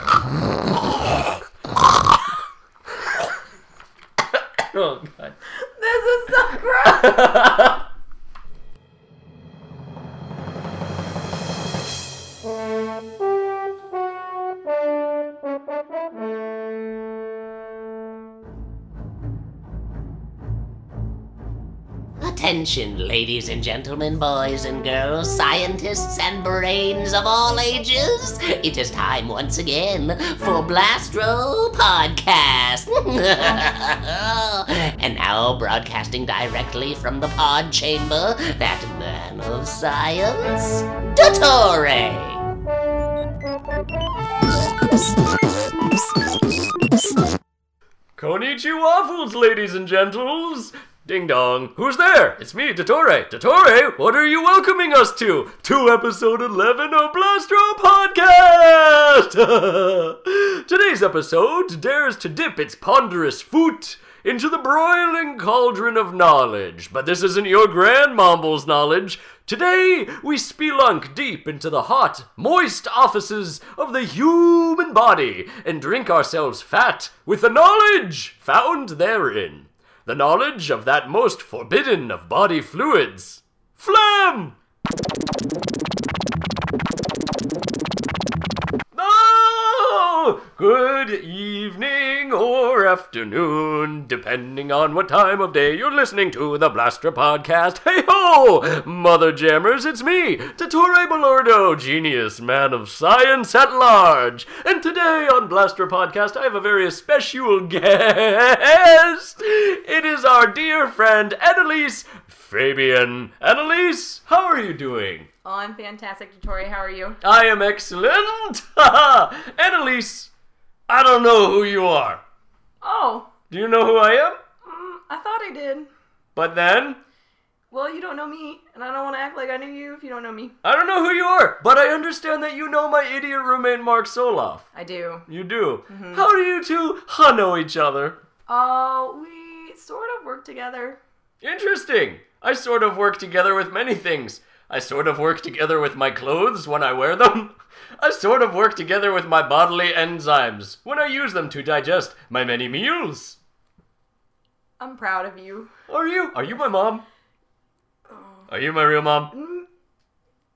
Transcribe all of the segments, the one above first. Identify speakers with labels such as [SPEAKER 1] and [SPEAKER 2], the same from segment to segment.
[SPEAKER 1] Oh,
[SPEAKER 2] Attention, ladies and gentlemen, boys and girls, scientists and brains of all ages. It is time once again for Blastro Podcast. and now, broadcasting directly from the pod chamber, that man of science, Dottore.
[SPEAKER 1] Konnichiwa, fools, ladies and gentles! Ding dong. Who's there? It's me, Dottore. Dottore, what are you welcoming us to? To episode 11 of Blastro Podcast! Today's episode dares to dip its ponderous foot into the broiling cauldron of knowledge. But this isn't your grand mumble's knowledge. Today, we spelunk deep into the hot, moist offices of the human body and drink ourselves fat with the knowledge found therein the knowledge of that most forbidden of body fluids, phlegm! Oh! Good evening or afternoon, depending on what time of day you're listening to the Blaster Podcast. Hey ho! Mother Jammers, it's me, Dottore Balordo, genius man of science at large. And today on Blaster Podcast, I have a very special guest. It is our dear friend Annalise Fabian. Annalise, how are you doing?
[SPEAKER 3] Oh, I'm fantastic, Tori. How are you?
[SPEAKER 1] I am excellent! Annalise, I don't know who you are.
[SPEAKER 3] Oh,
[SPEAKER 1] Do you know who I am?
[SPEAKER 3] mm, I thought I did.
[SPEAKER 1] But then,
[SPEAKER 3] Well, you don't know me, and I don't want to act like I knew you if you don't know me.
[SPEAKER 1] I don't know who you are, but I understand that you know my idiot roommate Mark Soloff.
[SPEAKER 3] I do.
[SPEAKER 1] You do. How do you two huh, know each other?
[SPEAKER 3] Oh, we sort of work together.
[SPEAKER 1] Interesting. I sort of work together with many things. I sort of work together with my clothes when I wear them. I sort of work together with my bodily enzymes when I use them to digest my many meals.
[SPEAKER 3] I'm proud of you. Oh.
[SPEAKER 1] Are you? Are you my mom? Are you my real mom?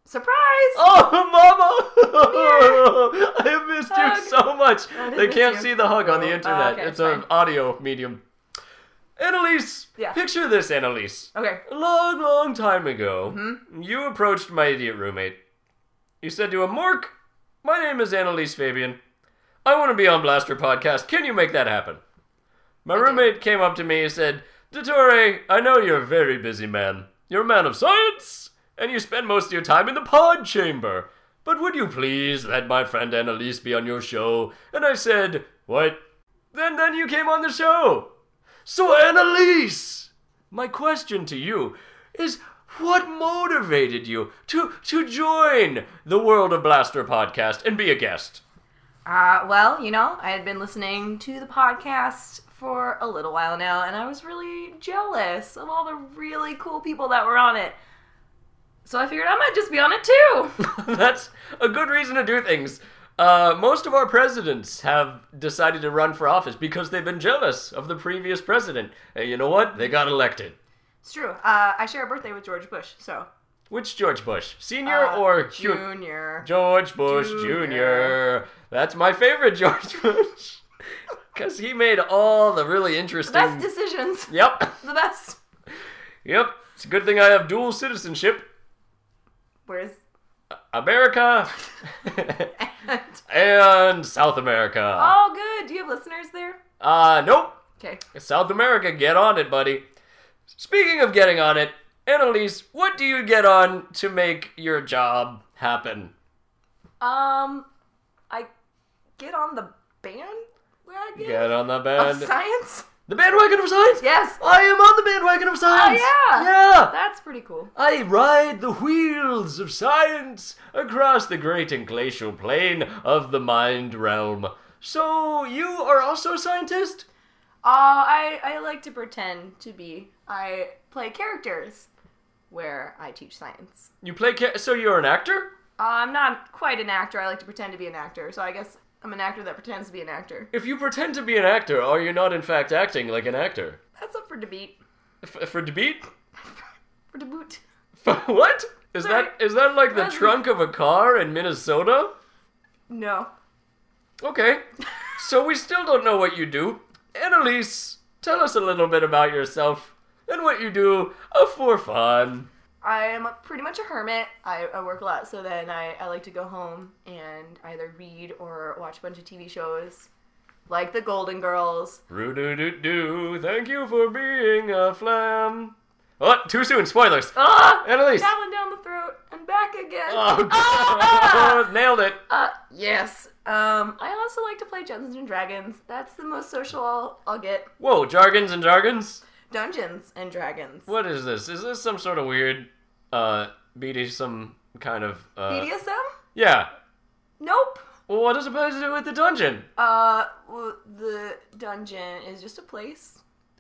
[SPEAKER 3] Surprise!
[SPEAKER 1] Oh, Mama! I have missed
[SPEAKER 3] Hug.
[SPEAKER 1] you so much.
[SPEAKER 3] I did
[SPEAKER 1] They
[SPEAKER 3] miss
[SPEAKER 1] can't
[SPEAKER 3] you.
[SPEAKER 1] see the hug on the
[SPEAKER 3] Oh,
[SPEAKER 1] internet.
[SPEAKER 3] okay,
[SPEAKER 1] it's
[SPEAKER 3] fine.
[SPEAKER 1] an audio medium. Annalise,
[SPEAKER 3] Yeah.
[SPEAKER 1] picture this, Annalise.
[SPEAKER 3] Okay.
[SPEAKER 1] A long, long time ago, you approached my idiot roommate. You said to him, Mark, my name is Annalise Fabian. I want to be on Blaster Podcast. Can you make that happen? My roommate came up to me and said, Dottore, I know you're a very busy man. You're a man of science, and you spend most of your time in the pod chamber. But would you please let my friend Annalise be on your show? And I said, What? Then then you came on the show. So Annalise, my question to you is what motivated you to to join the World of Blaster podcast and be a guest?
[SPEAKER 3] Uh, well, you know, I had been listening to the podcast for a little while now, and I was really jealous of all the really cool people that were on it. So I figured I might just be on it too.
[SPEAKER 1] That's a good reason to do things. Uh, most of our presidents have decided to run for office because they've been jealous of the previous president. And you know what? They got elected.
[SPEAKER 3] it's true. Uh, I share a birthday with George Bush, so.
[SPEAKER 1] Which George Bush? Senior
[SPEAKER 3] Uh,
[SPEAKER 1] or Hu-
[SPEAKER 3] Junior.
[SPEAKER 1] George Bush Jr.
[SPEAKER 3] Junior.
[SPEAKER 1] That's my favorite George Bush. Because he made all the really interesting.
[SPEAKER 3] Best decisions.
[SPEAKER 1] yep.
[SPEAKER 3] The best.
[SPEAKER 1] Yep. It's a good thing I have dual citizenship.
[SPEAKER 3] Where's
[SPEAKER 1] America
[SPEAKER 3] and
[SPEAKER 1] and South America.
[SPEAKER 3] all good? Do you have listeners there?
[SPEAKER 1] Uh, nope.
[SPEAKER 3] Okay.
[SPEAKER 1] South America, get on it, buddy. Speaking of getting on it, Annalise, what do you get on to make your job happen?
[SPEAKER 3] Um, I get on the bandwagon
[SPEAKER 1] Get on the
[SPEAKER 3] of
[SPEAKER 1] band.
[SPEAKER 3] science.
[SPEAKER 1] the bandwagon of science?
[SPEAKER 3] Yes,
[SPEAKER 1] I am on the bandwagon of science!
[SPEAKER 3] yeah.
[SPEAKER 1] Yeah!
[SPEAKER 3] that's pretty cool.
[SPEAKER 1] I ride the wheels of science across the great and glacial plain of the mind realm. So, you are also a scientist?
[SPEAKER 3] Uh, I I like to pretend to be. I play characters where I teach science.
[SPEAKER 1] You play ca- so you're an actor?
[SPEAKER 3] Uh, I'm not quite an actor. I like to pretend to be an actor. So I guess I'm an actor that pretends to be an actor.
[SPEAKER 1] If you pretend to be an actor, are you not in fact acting like an actor?
[SPEAKER 3] That's up for debate.
[SPEAKER 1] F- for debate?
[SPEAKER 3] Boot.
[SPEAKER 1] what? Is that is that like the
[SPEAKER 3] Sorry.
[SPEAKER 1] trunk of a car in Minnesota?
[SPEAKER 3] No.
[SPEAKER 1] Okay. so we still don't know what you do. Annalise, tell us a little bit about yourself and what you do uh, for fun.
[SPEAKER 3] I am a- pretty much a hermit. I, I work a lot, so then I, I like to go home and either read or watch a bunch of TV shows like The Golden Girls.
[SPEAKER 1] Roo doo doo doo. Thank you for being a flam. Oh, too soon. Spoilers.
[SPEAKER 3] Ah!
[SPEAKER 1] Annalise.
[SPEAKER 3] That one down the throat and back again.
[SPEAKER 1] Oh, God.
[SPEAKER 3] Ah!
[SPEAKER 1] Nailed it.
[SPEAKER 3] Uh, yes. Um, I also like to play Dungeons and Dragons. That's the most social I'll, I'll get.
[SPEAKER 1] Whoa, jargons and jargons.
[SPEAKER 3] Dungeons and Dragons.
[SPEAKER 1] What is this? Is this some sort of weird, uh, BD, some kind of, uh,
[SPEAKER 3] BDSM?
[SPEAKER 1] yeah.
[SPEAKER 3] Nope.
[SPEAKER 1] Well, what does it have to do with the dungeon?
[SPEAKER 3] Uh, well, the dungeon is just a place,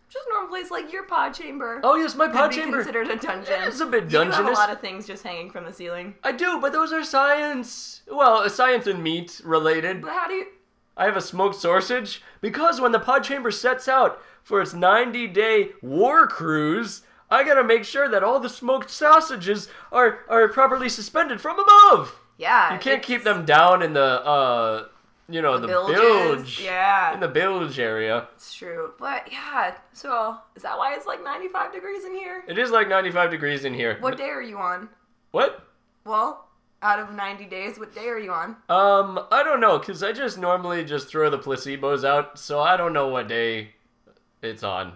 [SPEAKER 3] just a normal place like your pod chamber.
[SPEAKER 1] Oh, yes, my
[SPEAKER 3] could
[SPEAKER 1] pod
[SPEAKER 3] be
[SPEAKER 1] chamber.
[SPEAKER 3] considered a dungeon.
[SPEAKER 1] It is a bit
[SPEAKER 3] You do have a
[SPEAKER 1] dungeness.
[SPEAKER 3] lot of things just hanging from the ceiling.
[SPEAKER 1] I do, but those are science. Well, uh, science and meat related.
[SPEAKER 3] But how do you?
[SPEAKER 1] I have a smoked sausage because when the pod chamber sets out for its 90 day war cruise, I gotta make sure that all the smoked sausages are, are properly suspended from above.
[SPEAKER 3] Yeah,
[SPEAKER 1] You can't
[SPEAKER 3] it's
[SPEAKER 1] keep them down in the, uh, you know, the,
[SPEAKER 3] bilges.
[SPEAKER 1] bilge.
[SPEAKER 3] Yeah,
[SPEAKER 1] In the bilge area.
[SPEAKER 3] it's true. But yeah, so is that why it's like 95 degrees in here?
[SPEAKER 1] It is like 95 degrees in here.
[SPEAKER 3] What day are you on?
[SPEAKER 1] What?
[SPEAKER 3] Well, out of 90 days, what day are you on?
[SPEAKER 1] Um, I don't know, because I just normally just throw the placebos out, so I don't know what day it's on.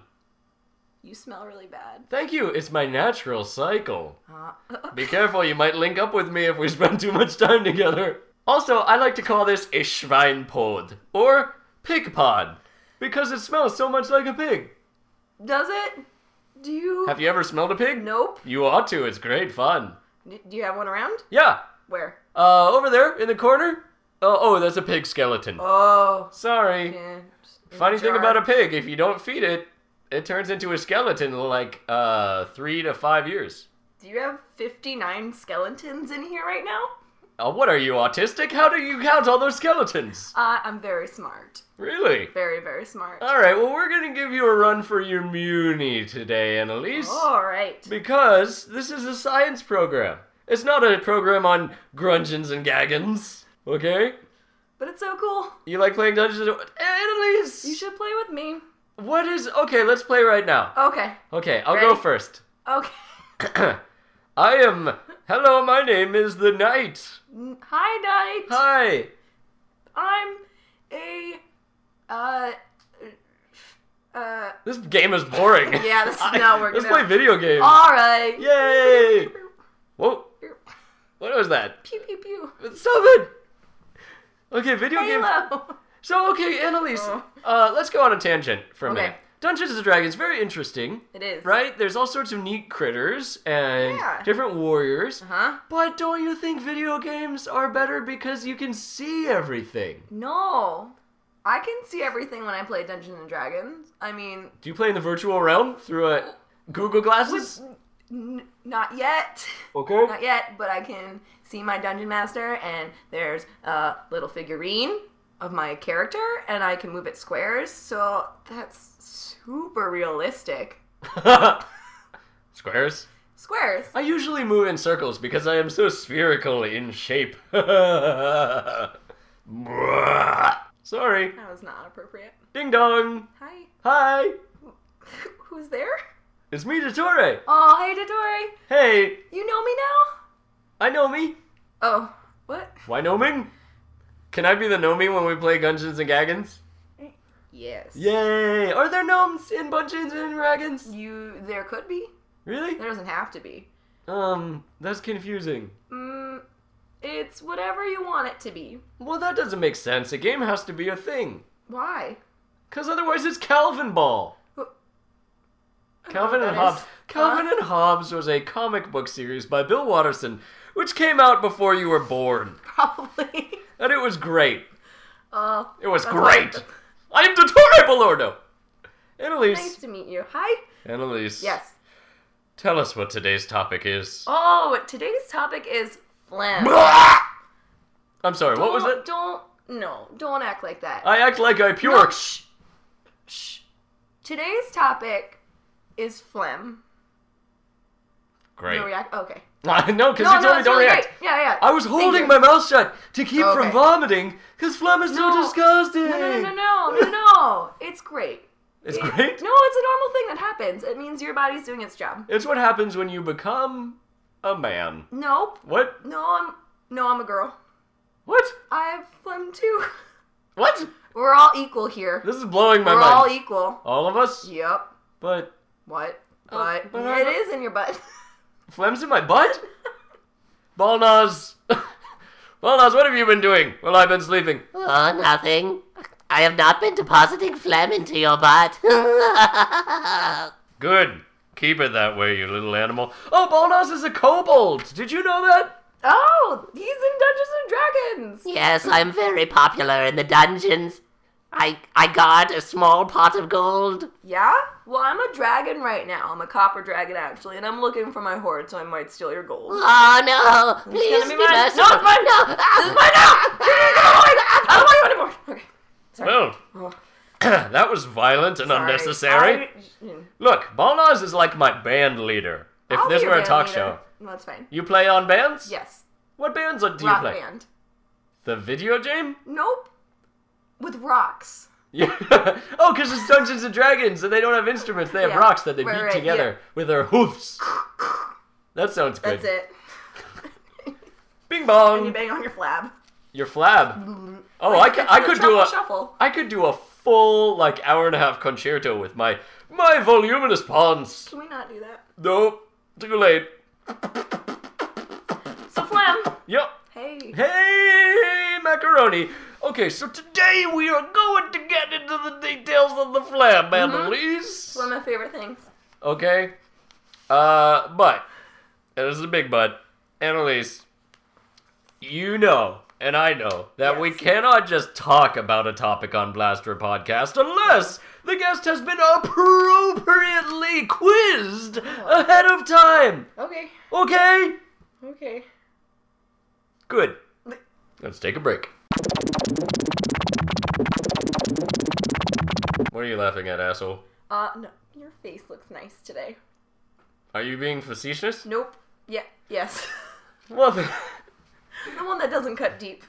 [SPEAKER 3] You smell really bad.
[SPEAKER 1] Thank you. It's my natural cycle.
[SPEAKER 3] Uh,
[SPEAKER 1] Be careful, you might link up with me if we spend too much time together. Also, I like to call this a Schweinpod, or pig pod, because it smells so much like a pig.
[SPEAKER 3] does it? Do you?
[SPEAKER 1] Have you ever smelled a pig?
[SPEAKER 3] Nope.
[SPEAKER 1] You ought to, it's great fun.
[SPEAKER 3] D- do you have one around?
[SPEAKER 1] Yeah,
[SPEAKER 3] Where?
[SPEAKER 1] uh, over there in the corner? Oh, oh, that's a pig skeleton.
[SPEAKER 3] Oh.
[SPEAKER 1] Sorry.
[SPEAKER 3] Yeah, just in
[SPEAKER 1] Funny
[SPEAKER 3] the
[SPEAKER 1] thing
[SPEAKER 3] jar.
[SPEAKER 1] about a pig, if you don't feed it, it turns into a skeleton in like uh, three to five years.
[SPEAKER 3] Do you have 59 skeletons in here right now?
[SPEAKER 1] Uh, what are you, autistic? How do you count all those skeletons?
[SPEAKER 3] Uh, I'm very smart.
[SPEAKER 1] Really?
[SPEAKER 3] Very, very smart.
[SPEAKER 1] All right, well, we're going to give you a run for your muni today, Annalise.
[SPEAKER 3] All right.
[SPEAKER 1] Because this is a science program. It's not a program on grungeons and gaggins, okay?
[SPEAKER 3] But it's so cool.
[SPEAKER 1] You like playing Dungeons and... Annalise!
[SPEAKER 3] You should play with me.
[SPEAKER 1] What is... Okay, let's play right now.
[SPEAKER 3] Okay.
[SPEAKER 1] Okay, I'll go
[SPEAKER 3] Ready?
[SPEAKER 1] first.
[SPEAKER 3] Okay.
[SPEAKER 1] I am... Hello, my name is The Knight.
[SPEAKER 3] N- Hi, Knight.
[SPEAKER 1] Hi.
[SPEAKER 3] I'm a. Uh. Uh.
[SPEAKER 1] This game is boring.
[SPEAKER 3] Yeah, this is not working
[SPEAKER 1] Let's
[SPEAKER 3] out.
[SPEAKER 1] play video games.
[SPEAKER 3] All right.
[SPEAKER 1] Yay! Whoa, what was that?
[SPEAKER 3] Pew pew pew.
[SPEAKER 1] Stop it! Okay, video games.
[SPEAKER 3] Halo.
[SPEAKER 1] So, okay, Annalise,
[SPEAKER 3] Oh.
[SPEAKER 1] uh, let's go on a tangent for a
[SPEAKER 3] Okay.
[SPEAKER 1] minute. Dungeons and Dragons, very interesting,
[SPEAKER 3] It is.
[SPEAKER 1] right? There's all sorts of neat critters and
[SPEAKER 3] Yeah. Uh-huh.
[SPEAKER 1] different warriors.
[SPEAKER 3] Huh?
[SPEAKER 1] But don't you think video games are better because you can see everything?
[SPEAKER 3] No. I can see everything when I play Dungeons and Dragons. I mean,
[SPEAKER 1] Do you play in the virtual realm through a Google Glasses?
[SPEAKER 3] n- not yet.
[SPEAKER 1] Okay.
[SPEAKER 3] Not yet, but I can see my dungeon master, and there's a little figurine of my character, and I can move it squares, so that's super realistic.
[SPEAKER 1] Squares.
[SPEAKER 3] Squares.
[SPEAKER 1] I usually move in circles because I am so spherical in shape. Sorry.
[SPEAKER 3] That was not appropriate.
[SPEAKER 1] Ding dong.
[SPEAKER 3] Hi.
[SPEAKER 1] Hi.
[SPEAKER 3] Who's there?
[SPEAKER 1] It's me, Dottore.
[SPEAKER 3] Oh, hey, Dodori.
[SPEAKER 1] Hey,
[SPEAKER 3] You know me now?
[SPEAKER 1] I know me.
[SPEAKER 3] Oh, what?
[SPEAKER 1] Wyoming? Can I be the Nomi when we play Dungeons and Gaggins?
[SPEAKER 3] Yes.
[SPEAKER 1] Yay! Are there gnomes in Dungeons and Dragons?
[SPEAKER 3] You, there could be.
[SPEAKER 1] Really?
[SPEAKER 3] There doesn't have to be.
[SPEAKER 1] Um, that's confusing.
[SPEAKER 3] Mm, it's whatever you want it to be.
[SPEAKER 1] Well, that doesn't make sense. A game has to be a thing.
[SPEAKER 3] Why?
[SPEAKER 1] Because otherwise it's Calvin Ball.
[SPEAKER 3] I don't know
[SPEAKER 1] Calvin
[SPEAKER 3] what
[SPEAKER 1] and
[SPEAKER 3] that
[SPEAKER 1] Hobbes.
[SPEAKER 3] is.
[SPEAKER 1] Calvin and Hobbes was a comic book series by Bill Watterson, which came out before you were born.
[SPEAKER 3] Probably.
[SPEAKER 1] And it was great.
[SPEAKER 3] Uh,
[SPEAKER 1] It was
[SPEAKER 3] That's
[SPEAKER 1] great.
[SPEAKER 3] awesome.
[SPEAKER 1] I am Dottore Balordo. Annalise.
[SPEAKER 3] nice to meet you. Hi.
[SPEAKER 1] Annalise.
[SPEAKER 3] Yes.
[SPEAKER 1] Tell us what today's topic is.
[SPEAKER 3] Oh, today's topic is phlegm.
[SPEAKER 1] I'm sorry, what was
[SPEAKER 3] Oh.
[SPEAKER 1] it?
[SPEAKER 3] Don't-
[SPEAKER 1] Uh,
[SPEAKER 3] Don't no, don't act like that.
[SPEAKER 1] I act like I pure.
[SPEAKER 3] No, shh, shh. Today's topic is phlegm.
[SPEAKER 1] Great.
[SPEAKER 3] No react. Okay.
[SPEAKER 1] no, because
[SPEAKER 3] No,
[SPEAKER 1] you told
[SPEAKER 3] no,
[SPEAKER 1] me
[SPEAKER 3] it's
[SPEAKER 1] don't
[SPEAKER 3] really
[SPEAKER 1] react.
[SPEAKER 3] great. Yeah, yeah.
[SPEAKER 1] I was
[SPEAKER 3] Thank
[SPEAKER 1] holding
[SPEAKER 3] you.
[SPEAKER 1] my mouth shut to keep from
[SPEAKER 3] Okay.
[SPEAKER 1] vomiting because phlegm is so
[SPEAKER 3] No.
[SPEAKER 1] disgusting.
[SPEAKER 3] No, no, no, no, no, no, no. It's great.
[SPEAKER 1] It's
[SPEAKER 3] It-
[SPEAKER 1] great.
[SPEAKER 3] No, it's a normal thing that happens. It means your body's doing its job.
[SPEAKER 1] It's what happens when you become a man.
[SPEAKER 3] Nope.
[SPEAKER 1] What?
[SPEAKER 3] No, I'm no, I'm a girl.
[SPEAKER 1] What?
[SPEAKER 3] I have phlegm too.
[SPEAKER 1] What?
[SPEAKER 3] We're all equal here.
[SPEAKER 1] This is blowing my
[SPEAKER 3] We're
[SPEAKER 1] mind.
[SPEAKER 3] all e- equal.
[SPEAKER 1] All of us?
[SPEAKER 3] Yep.
[SPEAKER 1] But
[SPEAKER 3] What?
[SPEAKER 1] Oh,
[SPEAKER 3] But
[SPEAKER 1] but I
[SPEAKER 3] it
[SPEAKER 1] don't-
[SPEAKER 3] is in your butt.
[SPEAKER 1] phlegm's in my butt? Balnaz. Balnaz, what have you been doing? Well, I've been sleeping.
[SPEAKER 2] Oh, nothing. I have not been depositing phlegm into your butt.
[SPEAKER 1] Good. Keep it that way, you little animal. Oh, Balnaz is a kobold. Did you know that?
[SPEAKER 3] oh, he's in Dungeons and Dragons.
[SPEAKER 2] yes, I'm very popular in the dungeons. I I got a small pot of gold.
[SPEAKER 3] Yeah? Well, I'm a dragon right now. I'm a copper dragon actually, and I'm looking for my hoard, so I might steal your gold.
[SPEAKER 2] Oh no! Please
[SPEAKER 3] gonna be
[SPEAKER 2] be
[SPEAKER 3] mine. No,
[SPEAKER 2] merciful.
[SPEAKER 3] it's mine.
[SPEAKER 2] No, ah,
[SPEAKER 3] I don't want you anymore. Okay.
[SPEAKER 1] Well,
[SPEAKER 3] Oh,
[SPEAKER 1] that was violent and
[SPEAKER 3] sorry.
[SPEAKER 1] unnecessary.
[SPEAKER 3] I-
[SPEAKER 1] Look, Balnaz is like my band leader. If
[SPEAKER 3] I'll be
[SPEAKER 1] this
[SPEAKER 3] your
[SPEAKER 1] were a
[SPEAKER 3] band
[SPEAKER 1] talk
[SPEAKER 3] leader.
[SPEAKER 1] show,
[SPEAKER 3] No, that's fine.
[SPEAKER 1] you play on bands?
[SPEAKER 3] Yes.
[SPEAKER 1] What bands do you
[SPEAKER 3] rock
[SPEAKER 1] play?
[SPEAKER 3] band.
[SPEAKER 1] The video game?
[SPEAKER 3] Nope. With rocks.
[SPEAKER 1] Yeah. oh, because it's Dungeons and Dragons, and they don't have instruments. They have
[SPEAKER 3] Yeah.
[SPEAKER 1] rocks that they
[SPEAKER 3] Right,
[SPEAKER 1] beat
[SPEAKER 3] right,
[SPEAKER 1] together with their hoofs. that sounds good.
[SPEAKER 3] That's it.
[SPEAKER 1] Bing
[SPEAKER 3] and you
[SPEAKER 1] bong.
[SPEAKER 3] bang on your flab.
[SPEAKER 1] Your flab. Oh, I, ca- I could do
[SPEAKER 3] Shuffle,
[SPEAKER 1] a
[SPEAKER 3] shuffle.
[SPEAKER 1] I could do a full like hour and a half concerto with my my voluminous pons.
[SPEAKER 3] Can we not do that?
[SPEAKER 1] Nope, too late.
[SPEAKER 3] So phlegm.
[SPEAKER 1] Yep.
[SPEAKER 3] Hey.
[SPEAKER 1] Hey, macaroni. Okay, so today we are going to get into the details of the
[SPEAKER 3] Mm-hmm.
[SPEAKER 1] flab, Annalise.
[SPEAKER 3] It's one of my favorite things.
[SPEAKER 1] Okay? Uh, but, and this is a big but, Annalise, you know, and I know, that we
[SPEAKER 3] Yes.
[SPEAKER 1] cannot just talk about a topic on Blaster Podcast unless the guest has been appropriately quizzed
[SPEAKER 3] Oh.
[SPEAKER 1] ahead of time.
[SPEAKER 3] Okay.
[SPEAKER 1] Okay?
[SPEAKER 3] Okay.
[SPEAKER 1] Good. Let's take a break. What are you laughing at, asshole?
[SPEAKER 3] Uh, no. Your face looks nice today.
[SPEAKER 1] Are you being facetious?
[SPEAKER 3] Nope. Yeah. Yes.
[SPEAKER 1] Well, th-
[SPEAKER 3] the one that doesn't cut deep.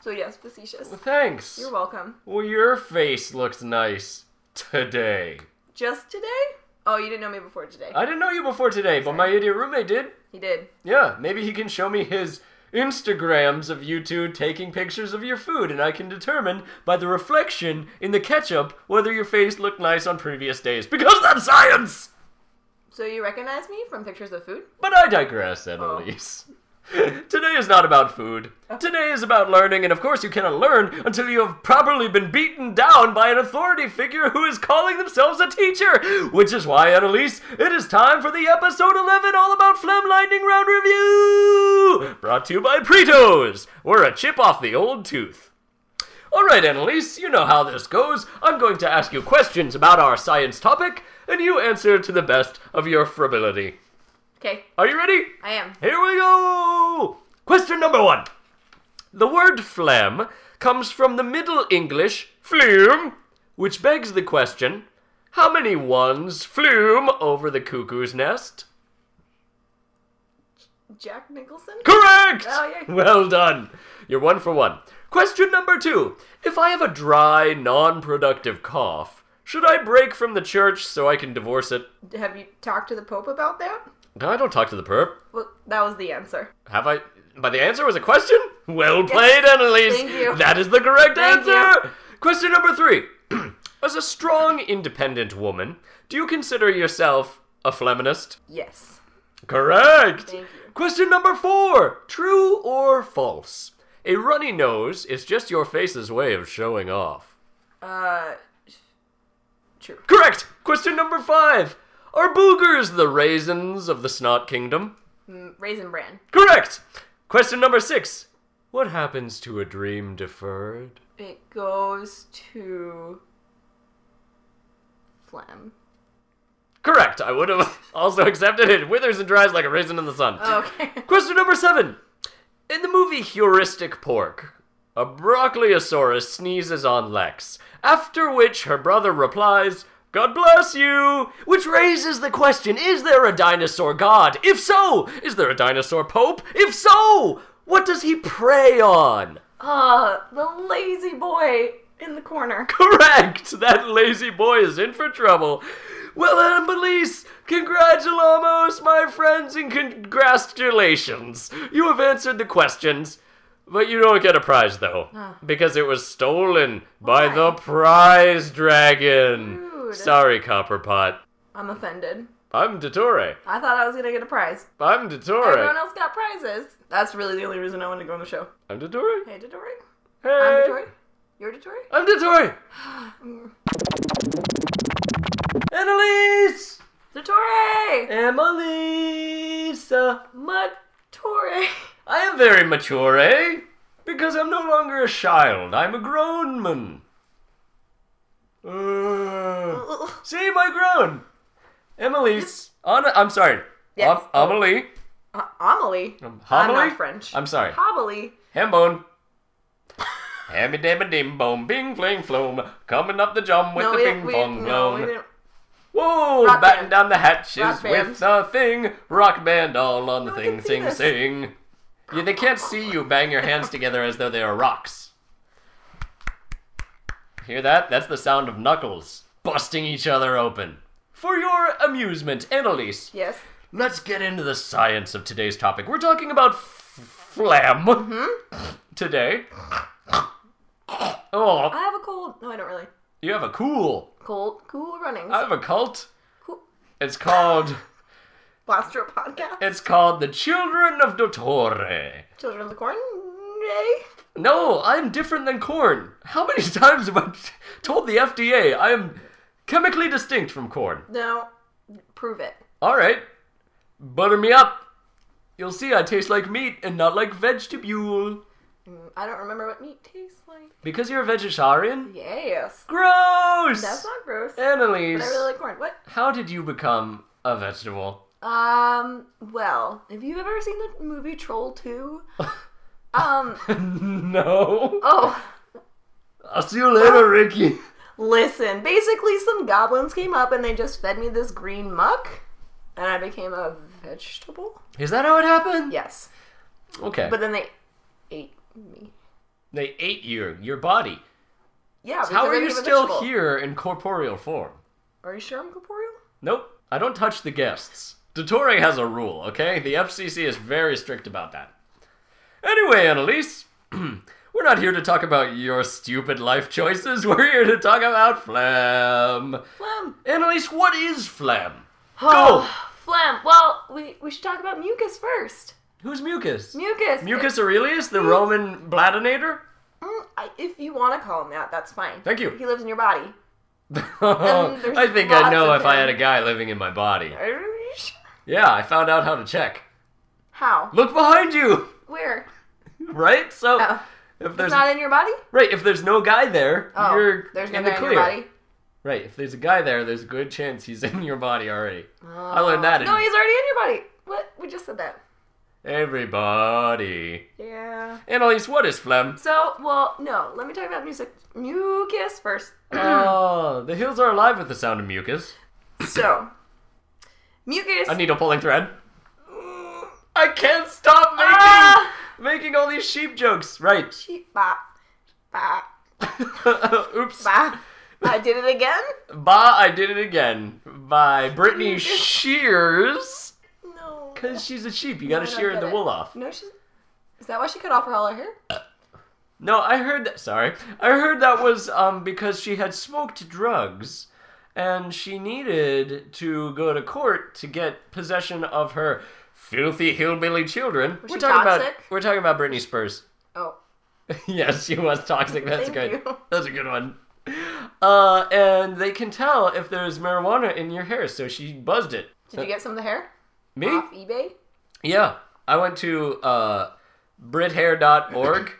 [SPEAKER 3] So yes, facetious.
[SPEAKER 1] thanks.
[SPEAKER 3] You're welcome.
[SPEAKER 1] Well, your face looks nice today.
[SPEAKER 3] Just today? Oh, you didn't know me before today.
[SPEAKER 1] I didn't know you before today, but my idiot roommate did.
[SPEAKER 3] he did.
[SPEAKER 1] Yeah, maybe he can show me his Instagrams of you two taking pictures of your food, and I can determine by the reflection in the ketchup whether your face looked nice on previous days. Because that's science!
[SPEAKER 3] So you recognize me from pictures of food?
[SPEAKER 1] But I digress, Annalise. Today is not about food. Today is about learning, and of course, you cannot learn until you have properly been beaten down by an authority figure who is calling themselves a teacher. Which is why, Annalise, it is time for the episode 11 all about phlegm lightning round review! Brought to you by Pretos. We're a chip off the old tooth. All right, Annalise, you know how this goes. I'm going to ask you questions about our science topic, and you answer to the best of your frivolity.
[SPEAKER 3] Okay,
[SPEAKER 1] Are you ready?
[SPEAKER 3] I am.
[SPEAKER 1] Here we go! Question number one. The word phlegm comes from the Middle English flume, which begs the question how many ones flume over the cuckoo's nest?
[SPEAKER 3] Jack Nicholson?
[SPEAKER 1] Correct!
[SPEAKER 3] Oh, yeah.
[SPEAKER 1] Well done. You're one for one. Question number two. If I have a dry, non productive cough, should I break from the church so I can divorce it?
[SPEAKER 3] Have you talked to the Pope about that?
[SPEAKER 1] No, I don't talk to the perp.
[SPEAKER 3] Well, that was the answer.
[SPEAKER 1] Have I? But the answer was a question? Well played, Annalise.
[SPEAKER 3] Thank you.
[SPEAKER 1] That is the correct
[SPEAKER 3] Thank you.
[SPEAKER 1] answer. Question number three. As a strong, independent woman, do you consider yourself a feminist?
[SPEAKER 3] Yes.
[SPEAKER 1] Correct.
[SPEAKER 3] Thank you.
[SPEAKER 1] Question number four. True or false? A runny nose is just your face's way of showing off.
[SPEAKER 3] Uh, true.
[SPEAKER 1] Correct. Question number five. Are boogers the raisins of the snot kingdom?
[SPEAKER 3] Mm, Raisin bran.
[SPEAKER 1] Correct. Question number six. What happens to a dream deferred?
[SPEAKER 3] It goes to phlegm.
[SPEAKER 1] Correct. I would have also accepted it. Withers and dries like a raisin in the sun.
[SPEAKER 3] Okay.
[SPEAKER 1] Question number seven. In the movie Heuristic Pork, a broccoliosaurus sneezes on Lex, after which her brother replies, God bless you! Which raises the question is there a dinosaur god? If so, is there a dinosaur pope? If so, what does he prey on?
[SPEAKER 3] Uh, the lazy boy in the corner.
[SPEAKER 1] Correct! That lazy boy is in for trouble. Well, Adam Belize, congratulamos, my friends, and congratulations. You have answered the questions, but you don't get a prize, though, because it was stolen by
[SPEAKER 3] Why?
[SPEAKER 1] the prize dragon.
[SPEAKER 3] Rude.
[SPEAKER 1] Sorry, Copperpot.
[SPEAKER 3] I'm offended.
[SPEAKER 1] I'm Dottore.
[SPEAKER 3] I thought I was gonna get a prize.
[SPEAKER 1] I'm
[SPEAKER 3] Everyone
[SPEAKER 1] Dottore.
[SPEAKER 3] else got prizes. That's really the only reason I want to go on the show.
[SPEAKER 1] I'm Dottore.
[SPEAKER 3] Hey, Dottore.
[SPEAKER 1] Hey.
[SPEAKER 3] I'm Dottore. You're Dottore?
[SPEAKER 1] I'm Dottore. Annalise!
[SPEAKER 3] Dottore!
[SPEAKER 1] Annalisa!
[SPEAKER 3] Matore.
[SPEAKER 1] I am very mature, eh? Because I'm no longer a child. I'm a grown man. Uh, see, my grown. Annalise. Anna, I'm sorry.
[SPEAKER 3] Yes.
[SPEAKER 1] Am- Amelie.
[SPEAKER 3] Uh, Amelie.
[SPEAKER 1] Um,
[SPEAKER 3] I'm
[SPEAKER 1] homily?
[SPEAKER 3] not French.
[SPEAKER 1] I'm sorry.
[SPEAKER 3] Hobbly.
[SPEAKER 1] Hambone. Hammy dabba dim bone, bing fling flom, coming up the jump with
[SPEAKER 3] no,
[SPEAKER 1] the
[SPEAKER 3] we,
[SPEAKER 1] ping
[SPEAKER 3] we,
[SPEAKER 1] pong
[SPEAKER 3] no, we
[SPEAKER 1] loan.
[SPEAKER 3] didn't.
[SPEAKER 1] Whoa,
[SPEAKER 3] Rock
[SPEAKER 1] batting
[SPEAKER 3] band.
[SPEAKER 1] down the hatches
[SPEAKER 3] Rock band.
[SPEAKER 1] with the thing. Rock band all on the
[SPEAKER 3] one
[SPEAKER 1] thing,
[SPEAKER 3] can see
[SPEAKER 1] sing,
[SPEAKER 3] this.
[SPEAKER 1] sing. Yeah, they can't see you bang your hands together as though they are rocks. Hear that? That's the sound of knuckles busting each other open. For your amusement, Annalise,
[SPEAKER 3] Yes.
[SPEAKER 1] let's get into the science of today's topic. We're talking about f- phlegm
[SPEAKER 3] Mm-hmm.
[SPEAKER 1] today. Oh,
[SPEAKER 3] I have a cold. No, I don't really.
[SPEAKER 1] you have a cool.
[SPEAKER 3] Cold. Cool runnings.
[SPEAKER 1] I have a cult.
[SPEAKER 3] cool.
[SPEAKER 1] It's called.
[SPEAKER 3] Blastro podcast.
[SPEAKER 1] It's called The Children of Dottore.
[SPEAKER 3] Children of the Corn. Yay.
[SPEAKER 1] No, I'm different than corn. How many times have I told the FDA I am chemically distinct from corn?
[SPEAKER 3] No. Prove it.
[SPEAKER 1] All right, butter me up. You'll see I taste like meat and not like vegetable.
[SPEAKER 3] Mm, I don't remember what meat tastes like.
[SPEAKER 1] Because you're a vegetarian?
[SPEAKER 3] Yes.
[SPEAKER 1] Gross!
[SPEAKER 3] That's not gross. But
[SPEAKER 1] Annalise,
[SPEAKER 3] I really like corn. What?
[SPEAKER 1] how did you become a vegetable?
[SPEAKER 3] Um, well, if you've ever seen the movie Troll 2, um,
[SPEAKER 1] no.
[SPEAKER 3] oh,
[SPEAKER 1] I'll see you later, Ricky.
[SPEAKER 3] listen. Basically, some goblins came up and they just fed me this green muck, and I became a vegetable?
[SPEAKER 1] Is that how it happened?
[SPEAKER 3] Yes.
[SPEAKER 1] Okay.
[SPEAKER 3] But then they ate me.
[SPEAKER 1] they ate your your body.
[SPEAKER 3] Yeah,
[SPEAKER 1] How
[SPEAKER 3] because
[SPEAKER 1] are
[SPEAKER 3] I
[SPEAKER 1] you
[SPEAKER 3] became a
[SPEAKER 1] still
[SPEAKER 3] vegetable.
[SPEAKER 1] here in corporeal form?
[SPEAKER 3] Are you sure I'm corporeal?
[SPEAKER 1] Nope, I don't touch the guests. Dottore has a rule, okay? The FCC is very strict about that. Anyway, Annalise, we're not here to talk about your stupid life choices. We're here to talk about phlegm.
[SPEAKER 3] Phlegm.
[SPEAKER 1] Annalise, what is phlegm? Go.
[SPEAKER 3] phlegm. Well, we, we should talk about mucus first.
[SPEAKER 1] Who's mucus?
[SPEAKER 3] Mucus.
[SPEAKER 1] Mucus Aurelius, the Roman bladinator?
[SPEAKER 3] Mm, I- if you want to call him that, that's fine.
[SPEAKER 1] Thank you.
[SPEAKER 3] He lives in your body. Um, there's
[SPEAKER 1] I think I
[SPEAKER 3] lots
[SPEAKER 1] know
[SPEAKER 3] of
[SPEAKER 1] if I
[SPEAKER 3] him.
[SPEAKER 1] had a guy living in my body.
[SPEAKER 3] Are you sure?
[SPEAKER 1] Yeah, I found out how to check.
[SPEAKER 3] How?
[SPEAKER 1] Look behind you!
[SPEAKER 3] Where?
[SPEAKER 1] Right? So
[SPEAKER 3] Oh.
[SPEAKER 1] if
[SPEAKER 3] It's
[SPEAKER 1] there's
[SPEAKER 3] not in your body?
[SPEAKER 1] right, if there's no guy there,
[SPEAKER 3] Oh,
[SPEAKER 1] you're
[SPEAKER 3] there's no
[SPEAKER 1] in
[SPEAKER 3] guy
[SPEAKER 1] the
[SPEAKER 3] in
[SPEAKER 1] clear.
[SPEAKER 3] your body.
[SPEAKER 1] Right, if there's a guy there, there's a good chance he's in your body already. I learned that in
[SPEAKER 3] Oh. No, he's already in your body. What? We just said that.
[SPEAKER 1] everybody.
[SPEAKER 3] Yeah.
[SPEAKER 1] Annalise, what is phlegm?
[SPEAKER 3] So, well, no. Let me talk about music. Mucus first.
[SPEAKER 1] oh, the hills are alive with the sound of mucus.
[SPEAKER 3] so, mucus. Mm,
[SPEAKER 1] A needle pulling thread. I can't stop making
[SPEAKER 3] Ah!
[SPEAKER 1] making all these sheep jokes. Right.
[SPEAKER 3] Cheap bop. Bop.
[SPEAKER 1] Oops.
[SPEAKER 3] Bop. I did it again?
[SPEAKER 1] Bah, I did it again. By Brittany Shears.
[SPEAKER 3] No.
[SPEAKER 1] Because she's a sheep. You gotta
[SPEAKER 3] I don't
[SPEAKER 1] shear
[SPEAKER 3] get
[SPEAKER 1] the
[SPEAKER 3] it.
[SPEAKER 1] wool off.
[SPEAKER 3] No, she's. Is that why she cut off her all her hair?
[SPEAKER 1] No, I heard that. Sorry, I heard that was um because she had smoked drugs, and she needed to go to court to get possession of her filthy hillbilly children.
[SPEAKER 3] she
[SPEAKER 1] about
[SPEAKER 3] toxic?
[SPEAKER 1] we're talking about Britney Spears.
[SPEAKER 3] Oh.
[SPEAKER 1] yes, she was toxic. That's
[SPEAKER 3] Thank
[SPEAKER 1] good.
[SPEAKER 3] you.
[SPEAKER 1] That's a good one. Uh, and they can tell if there's marijuana in your hair, so she buzzed it.
[SPEAKER 3] Did you get some of the hair?
[SPEAKER 1] Me?
[SPEAKER 3] Off eBay?
[SPEAKER 1] Yeah, I went to uh, brithair.org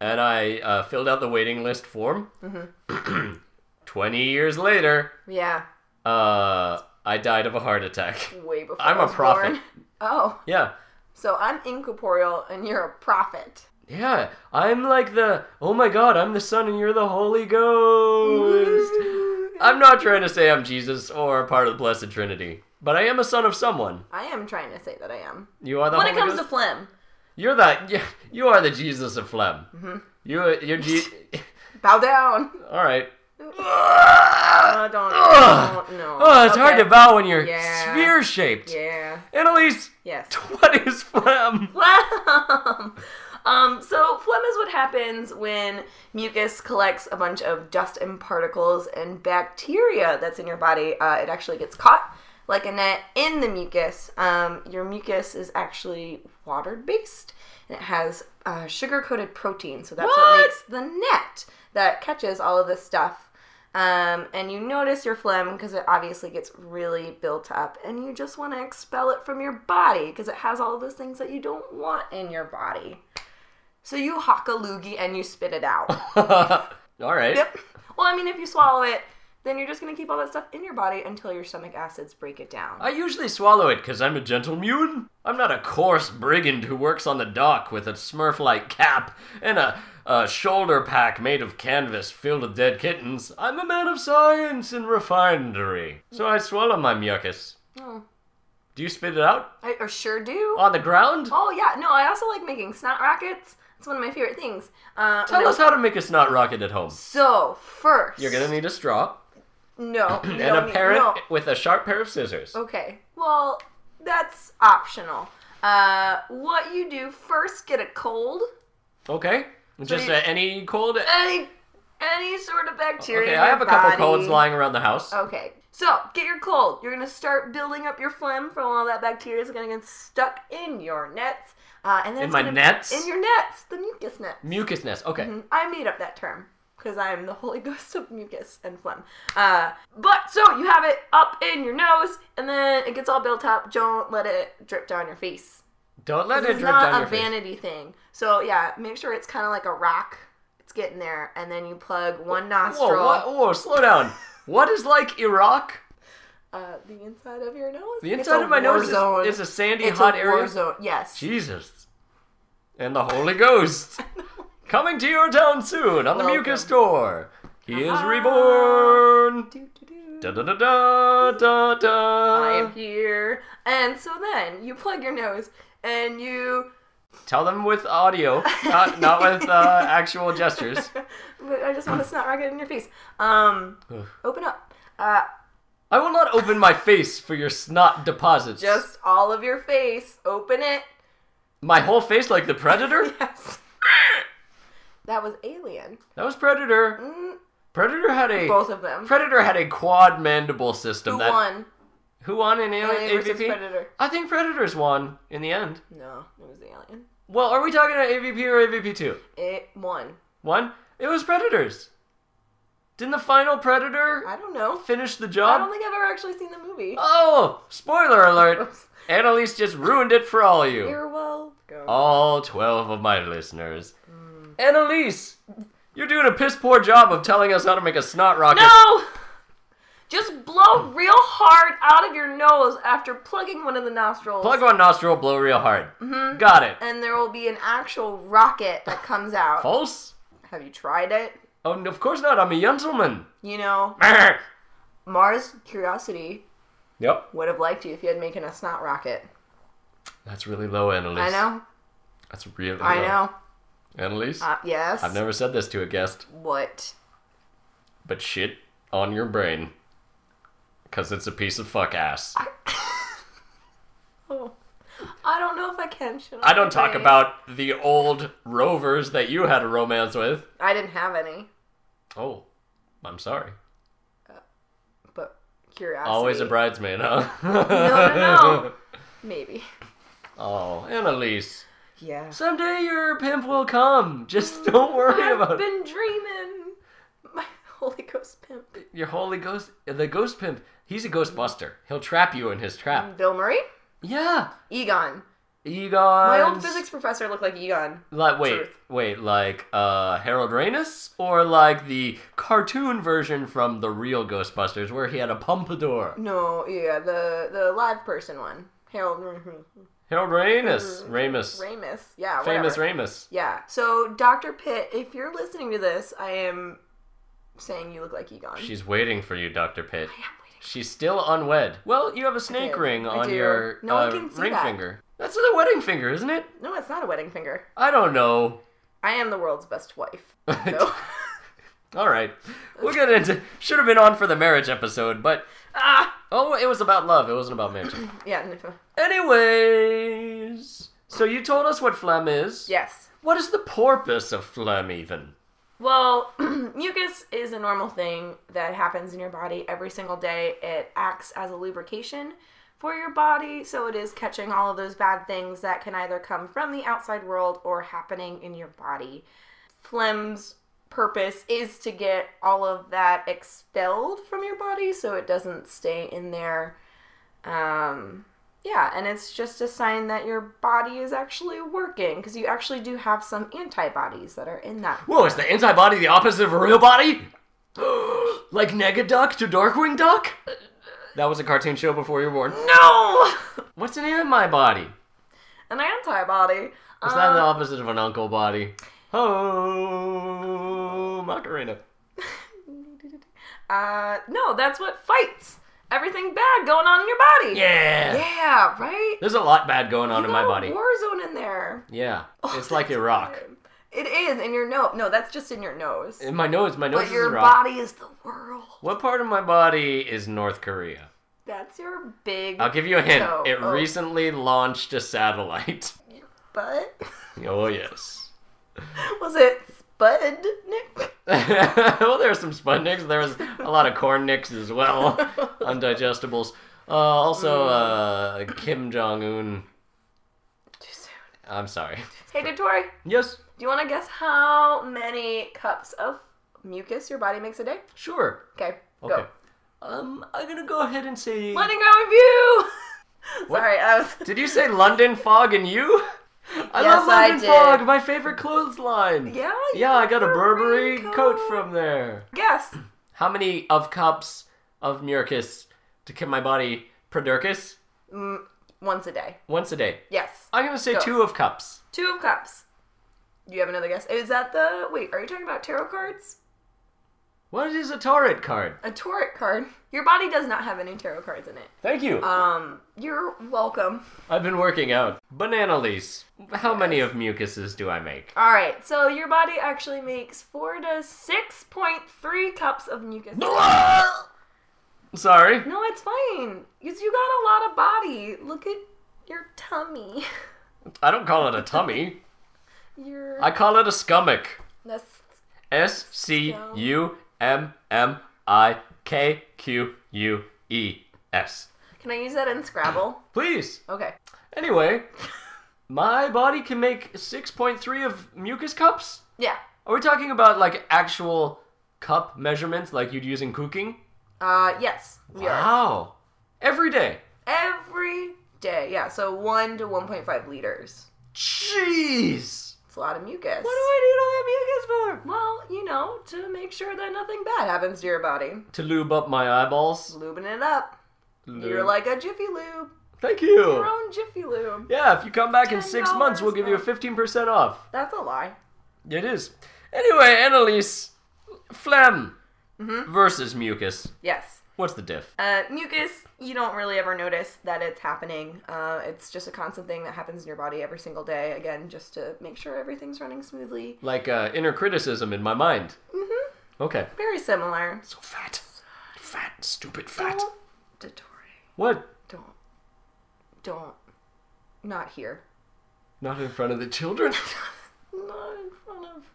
[SPEAKER 1] and I uh, filled out the waiting list form.
[SPEAKER 3] Mm-hmm.
[SPEAKER 1] 20 years later,
[SPEAKER 3] Yeah.
[SPEAKER 1] uh, I died of a heart attack.
[SPEAKER 3] Way before.
[SPEAKER 1] I'm
[SPEAKER 3] I
[SPEAKER 1] a
[SPEAKER 3] was
[SPEAKER 1] prophet.
[SPEAKER 3] born. Oh.
[SPEAKER 1] Yeah.
[SPEAKER 3] So I'm incorporeal and you're a prophet.
[SPEAKER 1] Yeah, I'm like the, oh my god, I'm the sun and you're the Holy Ghost. I'm not trying to say I'm Jesus or part of the Blessed Trinity, but I am a son of someone.
[SPEAKER 3] I am trying to say that I am.
[SPEAKER 1] You are the
[SPEAKER 3] when it
[SPEAKER 1] Holy
[SPEAKER 3] comes
[SPEAKER 1] Ghost.
[SPEAKER 3] to phlegm,
[SPEAKER 1] you're that. You, you are the Jesus of phlegm.
[SPEAKER 3] Mm-hmm.
[SPEAKER 1] You, you're Je-
[SPEAKER 3] bow down.
[SPEAKER 1] All right.
[SPEAKER 3] Uh, don't,
[SPEAKER 1] Ugh.
[SPEAKER 3] don't, no.
[SPEAKER 1] Oh, it's hard
[SPEAKER 3] Okay.
[SPEAKER 1] to bow when you're
[SPEAKER 3] Yeah.
[SPEAKER 1] sphere shaped.
[SPEAKER 3] Yeah.
[SPEAKER 1] Annalise,
[SPEAKER 3] Yes.
[SPEAKER 1] what is phlegm?
[SPEAKER 3] Phlegm. Um, so phlegm is what happens when mucus collects a bunch of dust and particles and bacteria that's in your body. Uh, it actually gets caught like a net in the mucus. Um, your mucus is actually water based. and It has uh, sugar coated protein, so that's
[SPEAKER 1] What?
[SPEAKER 3] what makes the net that catches all of this stuff. Um, and you notice your phlegm because it obviously gets really built up, and you just want to expel it from your body because it has all of those things that you don't want in your body. So you hawk a loogie and you spit it out.
[SPEAKER 1] All right.
[SPEAKER 3] yep. Well, I mean, if you swallow it, then you're just gonna keep all that stuff in your body until your stomach acids break it down.
[SPEAKER 1] I usually swallow it because I'm a gentle mule. I'm not a coarse brigand who works on the dock with a smurf like cap and a, a shoulder pack made of canvas filled with dead kittens. I'm a man of science and refinery. So I swallow my mucus.
[SPEAKER 3] Oh,
[SPEAKER 1] Do you spit it out?
[SPEAKER 3] I, I sure do.
[SPEAKER 1] On the ground?
[SPEAKER 3] Oh yeah, no, I also like making snot rockets. It's one of my favorite things. Uh, when
[SPEAKER 1] Tell
[SPEAKER 3] I-
[SPEAKER 1] us how to make a snot rocket at home.
[SPEAKER 3] So first,
[SPEAKER 1] You're gonna need a straw
[SPEAKER 3] no you
[SPEAKER 1] and
[SPEAKER 3] don't
[SPEAKER 1] a
[SPEAKER 3] need-
[SPEAKER 1] parrot
[SPEAKER 3] no. Oh.
[SPEAKER 1] with a sharp pair of scissors.
[SPEAKER 3] Okay. Well, that's optional. Uh, what you do first, get a cold.
[SPEAKER 1] Okay? Just
[SPEAKER 3] you-
[SPEAKER 1] uh, any cold.
[SPEAKER 3] Any any sort of bacteria.
[SPEAKER 1] Okay,
[SPEAKER 3] in
[SPEAKER 1] I
[SPEAKER 3] your
[SPEAKER 1] have a couple
[SPEAKER 3] body. Oh.
[SPEAKER 1] colds lying around the house.
[SPEAKER 3] Okay. So get your cold. You're gonna start building up your phlegm from all that bacteria is gonna get stuck in your nets. Uh, and then
[SPEAKER 1] In
[SPEAKER 3] it's
[SPEAKER 1] my
[SPEAKER 3] gonna-
[SPEAKER 1] nets?
[SPEAKER 3] In your nets, the mucus nets.
[SPEAKER 1] Mucus nest. Okay.
[SPEAKER 3] Mhm. I made up that term because I'm the Holy Ghost of mucus and phlegm. Uh, but so you have it up in your nose, and then it gets all built up. Don't let it drip down your face.
[SPEAKER 1] Don't let it
[SPEAKER 3] It's
[SPEAKER 1] drip
[SPEAKER 3] not
[SPEAKER 1] down
[SPEAKER 3] a
[SPEAKER 1] your face.
[SPEAKER 3] vanity thing. So yeah, make sure it's kind of like a rock. It's getting there, and then you plug one nostril,
[SPEAKER 1] Whoa, what, whoa, slow down. What is like Iraq?
[SPEAKER 3] Uh, the inside of your nose.
[SPEAKER 1] The
[SPEAKER 3] It's
[SPEAKER 1] inside
[SPEAKER 3] a
[SPEAKER 1] of my
[SPEAKER 3] war
[SPEAKER 1] nose
[SPEAKER 3] zone.
[SPEAKER 1] is, is a sandy,
[SPEAKER 3] it's
[SPEAKER 1] hot
[SPEAKER 3] a
[SPEAKER 1] area.
[SPEAKER 3] War zone. Yes.
[SPEAKER 1] Jesus. And the Holy Ghost. Coming to your town soon on the
[SPEAKER 3] Welcome.
[SPEAKER 1] Mucus Tour. He is
[SPEAKER 3] Ah.
[SPEAKER 1] reborn.
[SPEAKER 3] Do, do, do.
[SPEAKER 1] Da da da da da da.
[SPEAKER 3] I am here, and so then you plug your nose, and you.
[SPEAKER 1] Tell them with audio, not, not with uh, actual gestures.
[SPEAKER 3] But I just want to snot rocket in your face. Um,
[SPEAKER 1] Ugh.
[SPEAKER 3] open up. Uh,
[SPEAKER 1] I will not open my face for your snot deposits.
[SPEAKER 3] just all of your face. Open it.
[SPEAKER 1] my whole face like the predator?
[SPEAKER 3] Yes. that was alien.
[SPEAKER 1] That was predator.
[SPEAKER 3] Mm,
[SPEAKER 1] Predator had a
[SPEAKER 3] both of them.
[SPEAKER 1] Predator had a quad mandible system.
[SPEAKER 3] Who
[SPEAKER 1] that,
[SPEAKER 3] won?
[SPEAKER 1] Who won in
[SPEAKER 3] Alien
[SPEAKER 1] Alien
[SPEAKER 3] versus
[SPEAKER 1] AVP?
[SPEAKER 3] Predator.
[SPEAKER 1] I think Predators won in the end.
[SPEAKER 3] No, it was the alien.
[SPEAKER 1] Well, are we talking about AVP or AVP two?
[SPEAKER 3] It won.
[SPEAKER 1] One. It was Predators. Didn't the final Predator
[SPEAKER 3] I don't know.
[SPEAKER 1] finish the
[SPEAKER 3] I
[SPEAKER 1] job?
[SPEAKER 3] don't think I've ever actually seen the movie.
[SPEAKER 1] Oh, spoiler alert!
[SPEAKER 3] Oops.
[SPEAKER 1] Annalise just ruined it for all you.
[SPEAKER 3] You're welcome.
[SPEAKER 1] all 12 of my listeners. Annalise, you're doing a piss poor job of telling us how to make a snot rocket.
[SPEAKER 3] No! Just blow real hard out of your nose after plugging one of the nostrils.
[SPEAKER 1] Plug one nostril, blow real hard.
[SPEAKER 3] Mm-hmm.
[SPEAKER 1] Got it.
[SPEAKER 3] and there will be an actual rocket that comes out.
[SPEAKER 1] False?
[SPEAKER 3] Have you tried it?
[SPEAKER 1] Oh, no, of course not. I'm a gentleman.
[SPEAKER 3] You know, Mars Curiosity
[SPEAKER 1] yep.
[SPEAKER 3] would have liked you if you had making a snot rocket.
[SPEAKER 1] That's really low, Annalise.
[SPEAKER 3] I know.
[SPEAKER 1] That's really low.
[SPEAKER 3] I know.
[SPEAKER 1] Annalise,
[SPEAKER 3] Uh, yes.
[SPEAKER 1] I've never said this to a guest,
[SPEAKER 3] What?
[SPEAKER 1] but shit on your brain. Because it's a piece of fuck ass.
[SPEAKER 3] Oh. I don't know if I can. Should
[SPEAKER 1] I don't talk
[SPEAKER 3] Okay.
[SPEAKER 1] about the old rovers that you had a romance with.
[SPEAKER 3] I didn't have any,
[SPEAKER 1] Oh, I'm sorry.
[SPEAKER 3] but curiosity.
[SPEAKER 1] Always a bridesmaid, huh?
[SPEAKER 3] no, no. Maybe.
[SPEAKER 1] Oh, Annalise.
[SPEAKER 3] Yeah.
[SPEAKER 1] Someday your pimp will come. Just don't worry
[SPEAKER 3] I've
[SPEAKER 1] about it.
[SPEAKER 3] been dreaming. My Holy Ghost pimp.
[SPEAKER 1] Your holy ghost, the ghost pimp, he's a ghost buster. He'll trap you in his trap.
[SPEAKER 3] Bill Murray?
[SPEAKER 1] Yeah.
[SPEAKER 3] Egon.
[SPEAKER 1] Egon.
[SPEAKER 3] My
[SPEAKER 1] Um,
[SPEAKER 3] old physics professor looked like Egon.
[SPEAKER 1] Like, wait,
[SPEAKER 3] Truth.
[SPEAKER 1] wait, like uh, Harold Ramis? Or like the cartoon version from the real Ghostbusters where he had a pompadour?
[SPEAKER 3] No, yeah, the the live person one. Harold Ramis.
[SPEAKER 1] Harold Ramis. Ramis.
[SPEAKER 3] Ramis. Yeah,
[SPEAKER 1] Famous
[SPEAKER 3] Mm. whatever.
[SPEAKER 1] Ramis.
[SPEAKER 3] Yeah. So, Dr. Pitt, if you're listening to this, I am saying you look like Egon.
[SPEAKER 1] She's waiting for you, Dr. Pitt.
[SPEAKER 3] I am waiting.
[SPEAKER 1] She's still unwed. Well, you have a snake
[SPEAKER 3] do.
[SPEAKER 1] ring
[SPEAKER 3] I
[SPEAKER 1] on
[SPEAKER 3] do.
[SPEAKER 1] your
[SPEAKER 3] No
[SPEAKER 1] uh,
[SPEAKER 3] one can see
[SPEAKER 1] ring
[SPEAKER 3] that.
[SPEAKER 1] finger. That's the wedding finger, isn't it?
[SPEAKER 3] No, it's not a wedding finger.
[SPEAKER 1] I don't know.
[SPEAKER 3] I am the world's best wife. So.
[SPEAKER 1] All right. We'll get into. Should have been on for the marriage episode, but.
[SPEAKER 3] ah!
[SPEAKER 1] Oh, it was about love. It wasn't about marriage.
[SPEAKER 3] Yeah, no-
[SPEAKER 1] Anyways. So you told us what phlegm is.
[SPEAKER 3] yes.
[SPEAKER 1] What is the porpoise of phlegm, even?
[SPEAKER 3] Well, mucus is a normal thing that happens in your body every single day. It acts as a lubrication for your body, so it is catching all of those bad things that can either come from the outside world or happening in your body. Phlegm's purpose is to get all of that expelled from your body so it doesn't stay in there. Um, yeah, and it's just a sign that your body is actually working because you actually do have some antibodies that are in that
[SPEAKER 1] Whoa, is the antibody the opposite of a real body? like Negaduck to Darkwing Duck?
[SPEAKER 3] Uh,
[SPEAKER 1] That was a cartoon show before you were born.
[SPEAKER 3] No!
[SPEAKER 1] What's an antibody?
[SPEAKER 3] An antibody. Um,
[SPEAKER 1] Is that the
[SPEAKER 3] Uh,
[SPEAKER 1] opposite of an uncle body? Oh, Macarena.
[SPEAKER 3] Uh, no, that's what fights. Everything bad going on in your body.
[SPEAKER 1] Yeah.
[SPEAKER 3] Yeah, right?
[SPEAKER 1] There's a lot bad going on
[SPEAKER 3] You Oh,
[SPEAKER 1] in my
[SPEAKER 3] got a
[SPEAKER 1] body.
[SPEAKER 3] war zone in there.
[SPEAKER 1] Yeah. It's like Iraq.
[SPEAKER 3] It is in your nose. No, that's just in your nose.
[SPEAKER 1] In my nose, my nose
[SPEAKER 3] but
[SPEAKER 1] is
[SPEAKER 3] your
[SPEAKER 1] Iraq.
[SPEAKER 3] body is the world.
[SPEAKER 1] What part of my body is North Korea?
[SPEAKER 3] That's your big
[SPEAKER 1] I'll give you a hint.
[SPEAKER 3] No.
[SPEAKER 1] It
[SPEAKER 3] Oh.
[SPEAKER 1] recently launched a satellite.
[SPEAKER 3] butt.
[SPEAKER 1] Oh, yes.
[SPEAKER 3] Was it Spud, Nick?
[SPEAKER 1] well, there's some Sputniks. There was a lot of corn nicks as well, undigestibles. Uh, also,
[SPEAKER 3] Mm.
[SPEAKER 1] uh, Kim Jong Un.
[SPEAKER 3] Too soon.
[SPEAKER 1] I'm sorry.
[SPEAKER 3] Hey, Dottori,
[SPEAKER 1] Yes,
[SPEAKER 3] do you want to guess how many cups of mucus your body makes a day?
[SPEAKER 1] sure.
[SPEAKER 3] Okay,
[SPEAKER 1] Okay.
[SPEAKER 3] go.
[SPEAKER 1] Um, I'm gonna go ahead and say.
[SPEAKER 3] Letting go of you! Sorry, I was.
[SPEAKER 1] Did you say London Fog and you? I
[SPEAKER 3] Yes,
[SPEAKER 1] love
[SPEAKER 3] I
[SPEAKER 1] London
[SPEAKER 3] did.
[SPEAKER 1] Fog, my favorite clothesline.
[SPEAKER 3] Yeah.
[SPEAKER 1] Yeah, I got a Burberry
[SPEAKER 3] Burberry
[SPEAKER 1] coat
[SPEAKER 3] coat.
[SPEAKER 1] from there.
[SPEAKER 3] Guess.
[SPEAKER 1] How many of cups of mucus to keep my body produrcus?
[SPEAKER 3] Mm, once a day.
[SPEAKER 1] Once a day.
[SPEAKER 3] Yes.
[SPEAKER 1] I'm gonna say
[SPEAKER 3] Go.
[SPEAKER 1] two of cups.
[SPEAKER 3] Two of cups. You have another guess? Is that the. Wait, are you talking about tarot cards?
[SPEAKER 1] What is a tarot card?
[SPEAKER 3] A tarot card? Your body does not have any tarot cards in it.
[SPEAKER 1] Thank you.
[SPEAKER 3] Um, you're welcome.
[SPEAKER 1] I've been working out. Banana lease. How many of mucuses do I make?
[SPEAKER 3] Alright, so your body actually makes four to 6.3 cups of mucus.
[SPEAKER 1] Sorry.
[SPEAKER 3] No, it's fine. Because you got a lot of body. Look at your tummy.
[SPEAKER 1] I don't call it a tummy.
[SPEAKER 3] Your.
[SPEAKER 1] I call it a stomach.
[SPEAKER 3] That's
[SPEAKER 1] S C U M M I K Q U E S.
[SPEAKER 3] Can I use that in Scrabble?
[SPEAKER 1] Please.
[SPEAKER 3] Okay.
[SPEAKER 1] Anyway, my body can make 6.3 of mucus cups?
[SPEAKER 3] Yeah.
[SPEAKER 1] Are we talking about like actual cup measurements like you'd use in cooking?
[SPEAKER 3] Uh, yes. We are.
[SPEAKER 1] Wow. Every day.
[SPEAKER 3] Every day. Yeah, so 1 to 1.5 liters.
[SPEAKER 1] Jeez.
[SPEAKER 3] It's a lot of mucus.
[SPEAKER 1] What do I need all that mucus
[SPEAKER 3] well, you know, to make sure that nothing bad happens to your body.
[SPEAKER 1] for? To lube up my eyeballs.
[SPEAKER 3] Lubing it up. You're
[SPEAKER 1] Lube.
[SPEAKER 3] like a Jiffy Lube.
[SPEAKER 1] thank
[SPEAKER 3] Your
[SPEAKER 1] you.
[SPEAKER 3] own Jiffy Lube.
[SPEAKER 1] Yeah, if you come back in six
[SPEAKER 3] $10
[SPEAKER 1] months, we'll give you a
[SPEAKER 3] off.
[SPEAKER 1] fifteen percent off.
[SPEAKER 3] That's a lie.
[SPEAKER 1] It is. Anyway, Annalise, phlegm
[SPEAKER 3] Mm-hmm.
[SPEAKER 1] versus mucus.
[SPEAKER 3] Yes.
[SPEAKER 1] What's the diff?
[SPEAKER 3] Uh, mucus, you don't really ever notice that it's happening. Uh, it's just a constant thing that happens in your body every single day. Again, just to make sure everything's running smoothly.
[SPEAKER 1] Like uh, inner criticism in my mind.
[SPEAKER 3] Mm-hmm.
[SPEAKER 1] Okay.
[SPEAKER 3] Very similar.
[SPEAKER 1] So fat, fat, stupid fat.
[SPEAKER 3] Oh. Dottore,
[SPEAKER 1] What?
[SPEAKER 3] don't, don't, not here.
[SPEAKER 1] Not in front of the children.
[SPEAKER 3] Not in front of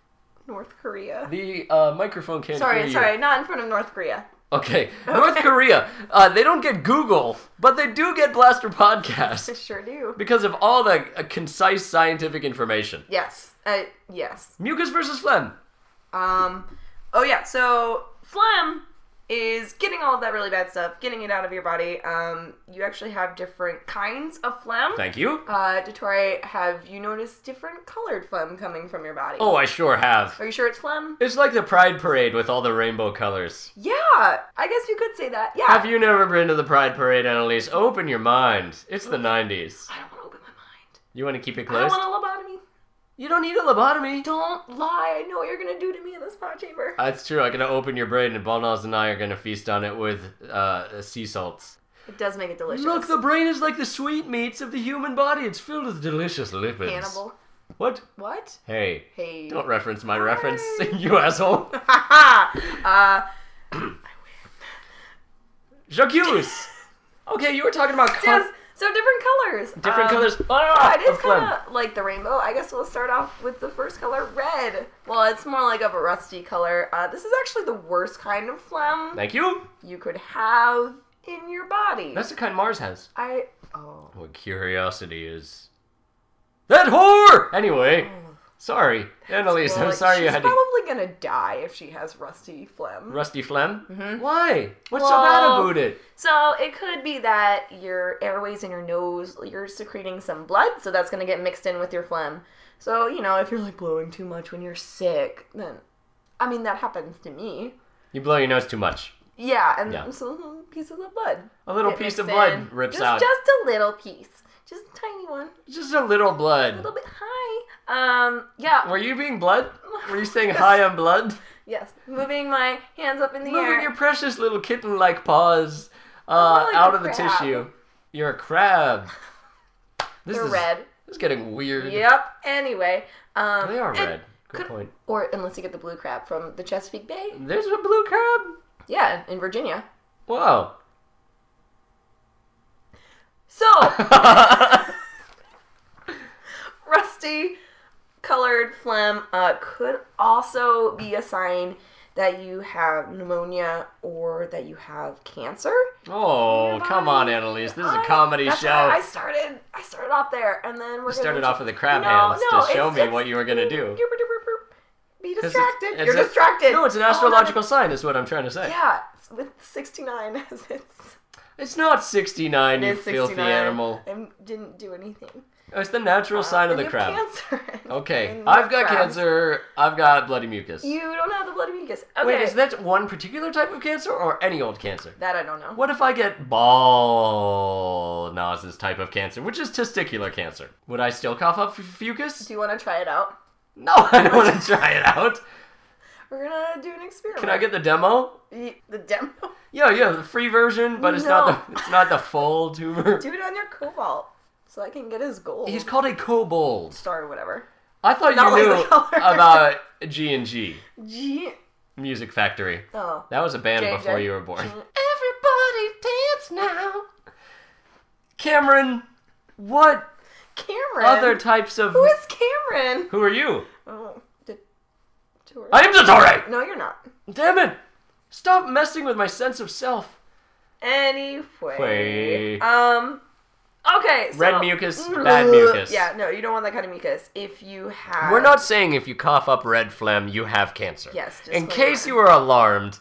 [SPEAKER 3] North Korea.
[SPEAKER 1] The uh, microphone can't hear
[SPEAKER 3] Sorry,
[SPEAKER 1] you.
[SPEAKER 3] sorry, not in front of North Korea.
[SPEAKER 1] Okay. North Korea. Uh, they don't get Google, but they do get Blaster
[SPEAKER 3] I
[SPEAKER 1] Podcast
[SPEAKER 3] sure do.
[SPEAKER 1] because of all the uh, concise scientific information.
[SPEAKER 3] Yes, uh, yes.
[SPEAKER 1] Mucus versus phlegm.
[SPEAKER 3] Um, oh yeah. So phlegm is getting all of that really bad stuff, getting it out of your body. Um, you actually have different kinds of phlegm.
[SPEAKER 1] Thank you.
[SPEAKER 3] Uh, Detroit, have you noticed different colored phlegm coming from your body?
[SPEAKER 1] Oh, I sure have.
[SPEAKER 3] Are you sure it's phlegm?
[SPEAKER 1] It's like the Pride Parade with all the rainbow colors.
[SPEAKER 3] Yeah, I guess you could say that. Yeah.
[SPEAKER 1] Have you never been to the Pride Parade, Annalise? Open your mind. It's the 90s.
[SPEAKER 3] I don't want to open my mind.
[SPEAKER 1] You want to keep it
[SPEAKER 3] I don't
[SPEAKER 1] closed?
[SPEAKER 3] want a lobotomy.
[SPEAKER 1] You don't need a lobotomy.
[SPEAKER 3] Don't lie. I know what you're gonna do to me in this pod chamber.
[SPEAKER 1] That's true. I'm gonna open your brain, and Balnaz and I are gonna feast on it with uh, sea salts.
[SPEAKER 3] It does make it delicious.
[SPEAKER 1] Look, the brain is like the sweetmeats of the human body. It's filled with delicious lipids.
[SPEAKER 3] Hannibal.
[SPEAKER 1] What?
[SPEAKER 3] What?
[SPEAKER 1] Hey,
[SPEAKER 3] Hey.
[SPEAKER 1] don't reference my reference, you asshole.
[SPEAKER 3] Ha ha.
[SPEAKER 1] Jacques. Okay, you were talking about
[SPEAKER 3] Uh,
[SPEAKER 1] con-
[SPEAKER 3] yes. So different colors.
[SPEAKER 1] different
[SPEAKER 3] Um,
[SPEAKER 1] colors.
[SPEAKER 3] Oh,
[SPEAKER 1] Ah,
[SPEAKER 3] it is
[SPEAKER 1] of phlegm.
[SPEAKER 3] kind of like the rainbow. I guess we'll start off with the first color, red. Well, it's more like of a rusty color. Uh, this is actually the worst kind of phlegm
[SPEAKER 1] Thank you.
[SPEAKER 3] you could have in your body.
[SPEAKER 1] That's the kind Mars has.
[SPEAKER 3] I oh
[SPEAKER 1] What curiosity is. That whore! Anyway, sorry. Annalise,
[SPEAKER 3] Oh. Well,
[SPEAKER 1] I'm
[SPEAKER 3] like,
[SPEAKER 1] sorry you
[SPEAKER 3] she's
[SPEAKER 1] had to.
[SPEAKER 3] probably gonna die if she has rusty phlegm.
[SPEAKER 1] Rusty phlegm? Why? What's so
[SPEAKER 3] Mm-hmm. Well-
[SPEAKER 1] bad about it?
[SPEAKER 3] So it could be that your airways and your nose, you're secreting some blood, so that's going to get mixed in with your phlegm. So, you know, if you're like blowing too much when you're sick, then I mean, that happens to me.
[SPEAKER 1] You blow your nose too much.
[SPEAKER 3] Yeah, and
[SPEAKER 1] Yeah.
[SPEAKER 3] some little pieces of blood.
[SPEAKER 1] A little
[SPEAKER 3] get
[SPEAKER 1] piece
[SPEAKER 3] mixed
[SPEAKER 1] of blood
[SPEAKER 3] in.
[SPEAKER 1] rips
[SPEAKER 3] just,
[SPEAKER 1] out.
[SPEAKER 3] Just a little piece. Just a tiny one.
[SPEAKER 1] Just a little blood.
[SPEAKER 3] A little bit high. Um, yeah.
[SPEAKER 1] Were you being blood? Were you saying high on blood?
[SPEAKER 3] Yes. Moving my hands up in the air.
[SPEAKER 1] Moving your precious little kitten like paws uh,
[SPEAKER 3] more like
[SPEAKER 1] out
[SPEAKER 3] a
[SPEAKER 1] of the
[SPEAKER 3] crab.
[SPEAKER 1] tissue. You're a crab. This
[SPEAKER 3] They're
[SPEAKER 1] is
[SPEAKER 3] red.
[SPEAKER 1] This is getting weird.
[SPEAKER 3] Yep. Anyway. Um,
[SPEAKER 1] They are
[SPEAKER 3] and
[SPEAKER 1] red. Good
[SPEAKER 3] could-
[SPEAKER 1] point.
[SPEAKER 3] Or unless you get the blue crab from the Chesapeake Bay.
[SPEAKER 1] There's a blue crab.
[SPEAKER 3] Yeah, in Virginia.
[SPEAKER 1] Wow.
[SPEAKER 3] So, rusty colored phlegm uh, could also be a sign that you have pneumonia or that you have cancer.
[SPEAKER 1] oh,
[SPEAKER 3] Your
[SPEAKER 1] come on,
[SPEAKER 3] body.
[SPEAKER 1] Annalise. This is a
[SPEAKER 3] I-
[SPEAKER 1] comedy
[SPEAKER 3] that's
[SPEAKER 1] show.
[SPEAKER 3] why I started. I started off there, and then we're
[SPEAKER 1] You started
[SPEAKER 3] gonna
[SPEAKER 1] off with the crab
[SPEAKER 3] No,
[SPEAKER 1] hands
[SPEAKER 3] no,
[SPEAKER 1] to show
[SPEAKER 3] it's-
[SPEAKER 1] me
[SPEAKER 3] it's-
[SPEAKER 1] what you were gonna do.
[SPEAKER 3] Be
[SPEAKER 1] 'Cause it's-
[SPEAKER 3] distracted.
[SPEAKER 1] it's
[SPEAKER 3] You're
[SPEAKER 1] a-
[SPEAKER 3] distracted.
[SPEAKER 1] No, it's an
[SPEAKER 3] Oh, no,
[SPEAKER 1] astrological sign. Is what I'm trying to
[SPEAKER 3] no.
[SPEAKER 1] say.
[SPEAKER 3] Yeah, it's with 69 as its.
[SPEAKER 1] It's not 69, you
[SPEAKER 3] it's
[SPEAKER 1] filthy animal. Oh,
[SPEAKER 3] I didn't do anything.
[SPEAKER 1] It's the natural sign of
[SPEAKER 3] Uh, And
[SPEAKER 1] the
[SPEAKER 3] you have
[SPEAKER 1] crab.
[SPEAKER 3] Cancer.
[SPEAKER 1] Okay,
[SPEAKER 3] And
[SPEAKER 1] I've got
[SPEAKER 3] crabs.
[SPEAKER 1] cancer. I've got bloody mucus.
[SPEAKER 3] You don't have the blood mucus. Okay.
[SPEAKER 1] Wait, is that one particular type of cancer or any old cancer?
[SPEAKER 3] That I don't know.
[SPEAKER 1] What if I get Balnaz's type of cancer, which is testicular cancer? Would I still cough up f- fucus?
[SPEAKER 3] Do you want to try it out?
[SPEAKER 1] No, I don't want to try it out.
[SPEAKER 3] We're gonna do an experiment.
[SPEAKER 1] Can I get the demo?
[SPEAKER 3] the, the demo?
[SPEAKER 1] Yeah, yeah, the free version, but it's not
[SPEAKER 3] No.
[SPEAKER 1] the it's not the full tumor.
[SPEAKER 3] Do it on your cobalt, so I can get his gold
[SPEAKER 1] He's called a kobold.
[SPEAKER 3] star or whatever.
[SPEAKER 1] I thought
[SPEAKER 3] Not like
[SPEAKER 1] you
[SPEAKER 3] the
[SPEAKER 1] knew
[SPEAKER 3] color.
[SPEAKER 1] about G and G
[SPEAKER 3] G.
[SPEAKER 1] Music Factory.
[SPEAKER 3] Oh.
[SPEAKER 1] That was a band
[SPEAKER 3] J&J.
[SPEAKER 1] before you were born. Everybody dance now. Cameron, what
[SPEAKER 3] Cameron.
[SPEAKER 1] other types of
[SPEAKER 3] Who is Cameron?
[SPEAKER 1] Who are you?
[SPEAKER 3] Oh, the tour.
[SPEAKER 1] I am Zatore.
[SPEAKER 3] No, you're not.
[SPEAKER 1] Damn it! Stop messing with my sense of self.
[SPEAKER 3] Anyway.
[SPEAKER 1] Wait.
[SPEAKER 3] Um. Okay. So, Mm.
[SPEAKER 1] Red mucus, bad mucus.
[SPEAKER 3] Yeah. No, you don't want that kind of mucus. If you have.
[SPEAKER 1] We're not saying if you cough up red phlegm, you have cancer.
[SPEAKER 3] Yes,
[SPEAKER 1] In
[SPEAKER 3] disclaimer.
[SPEAKER 1] case you were alarmed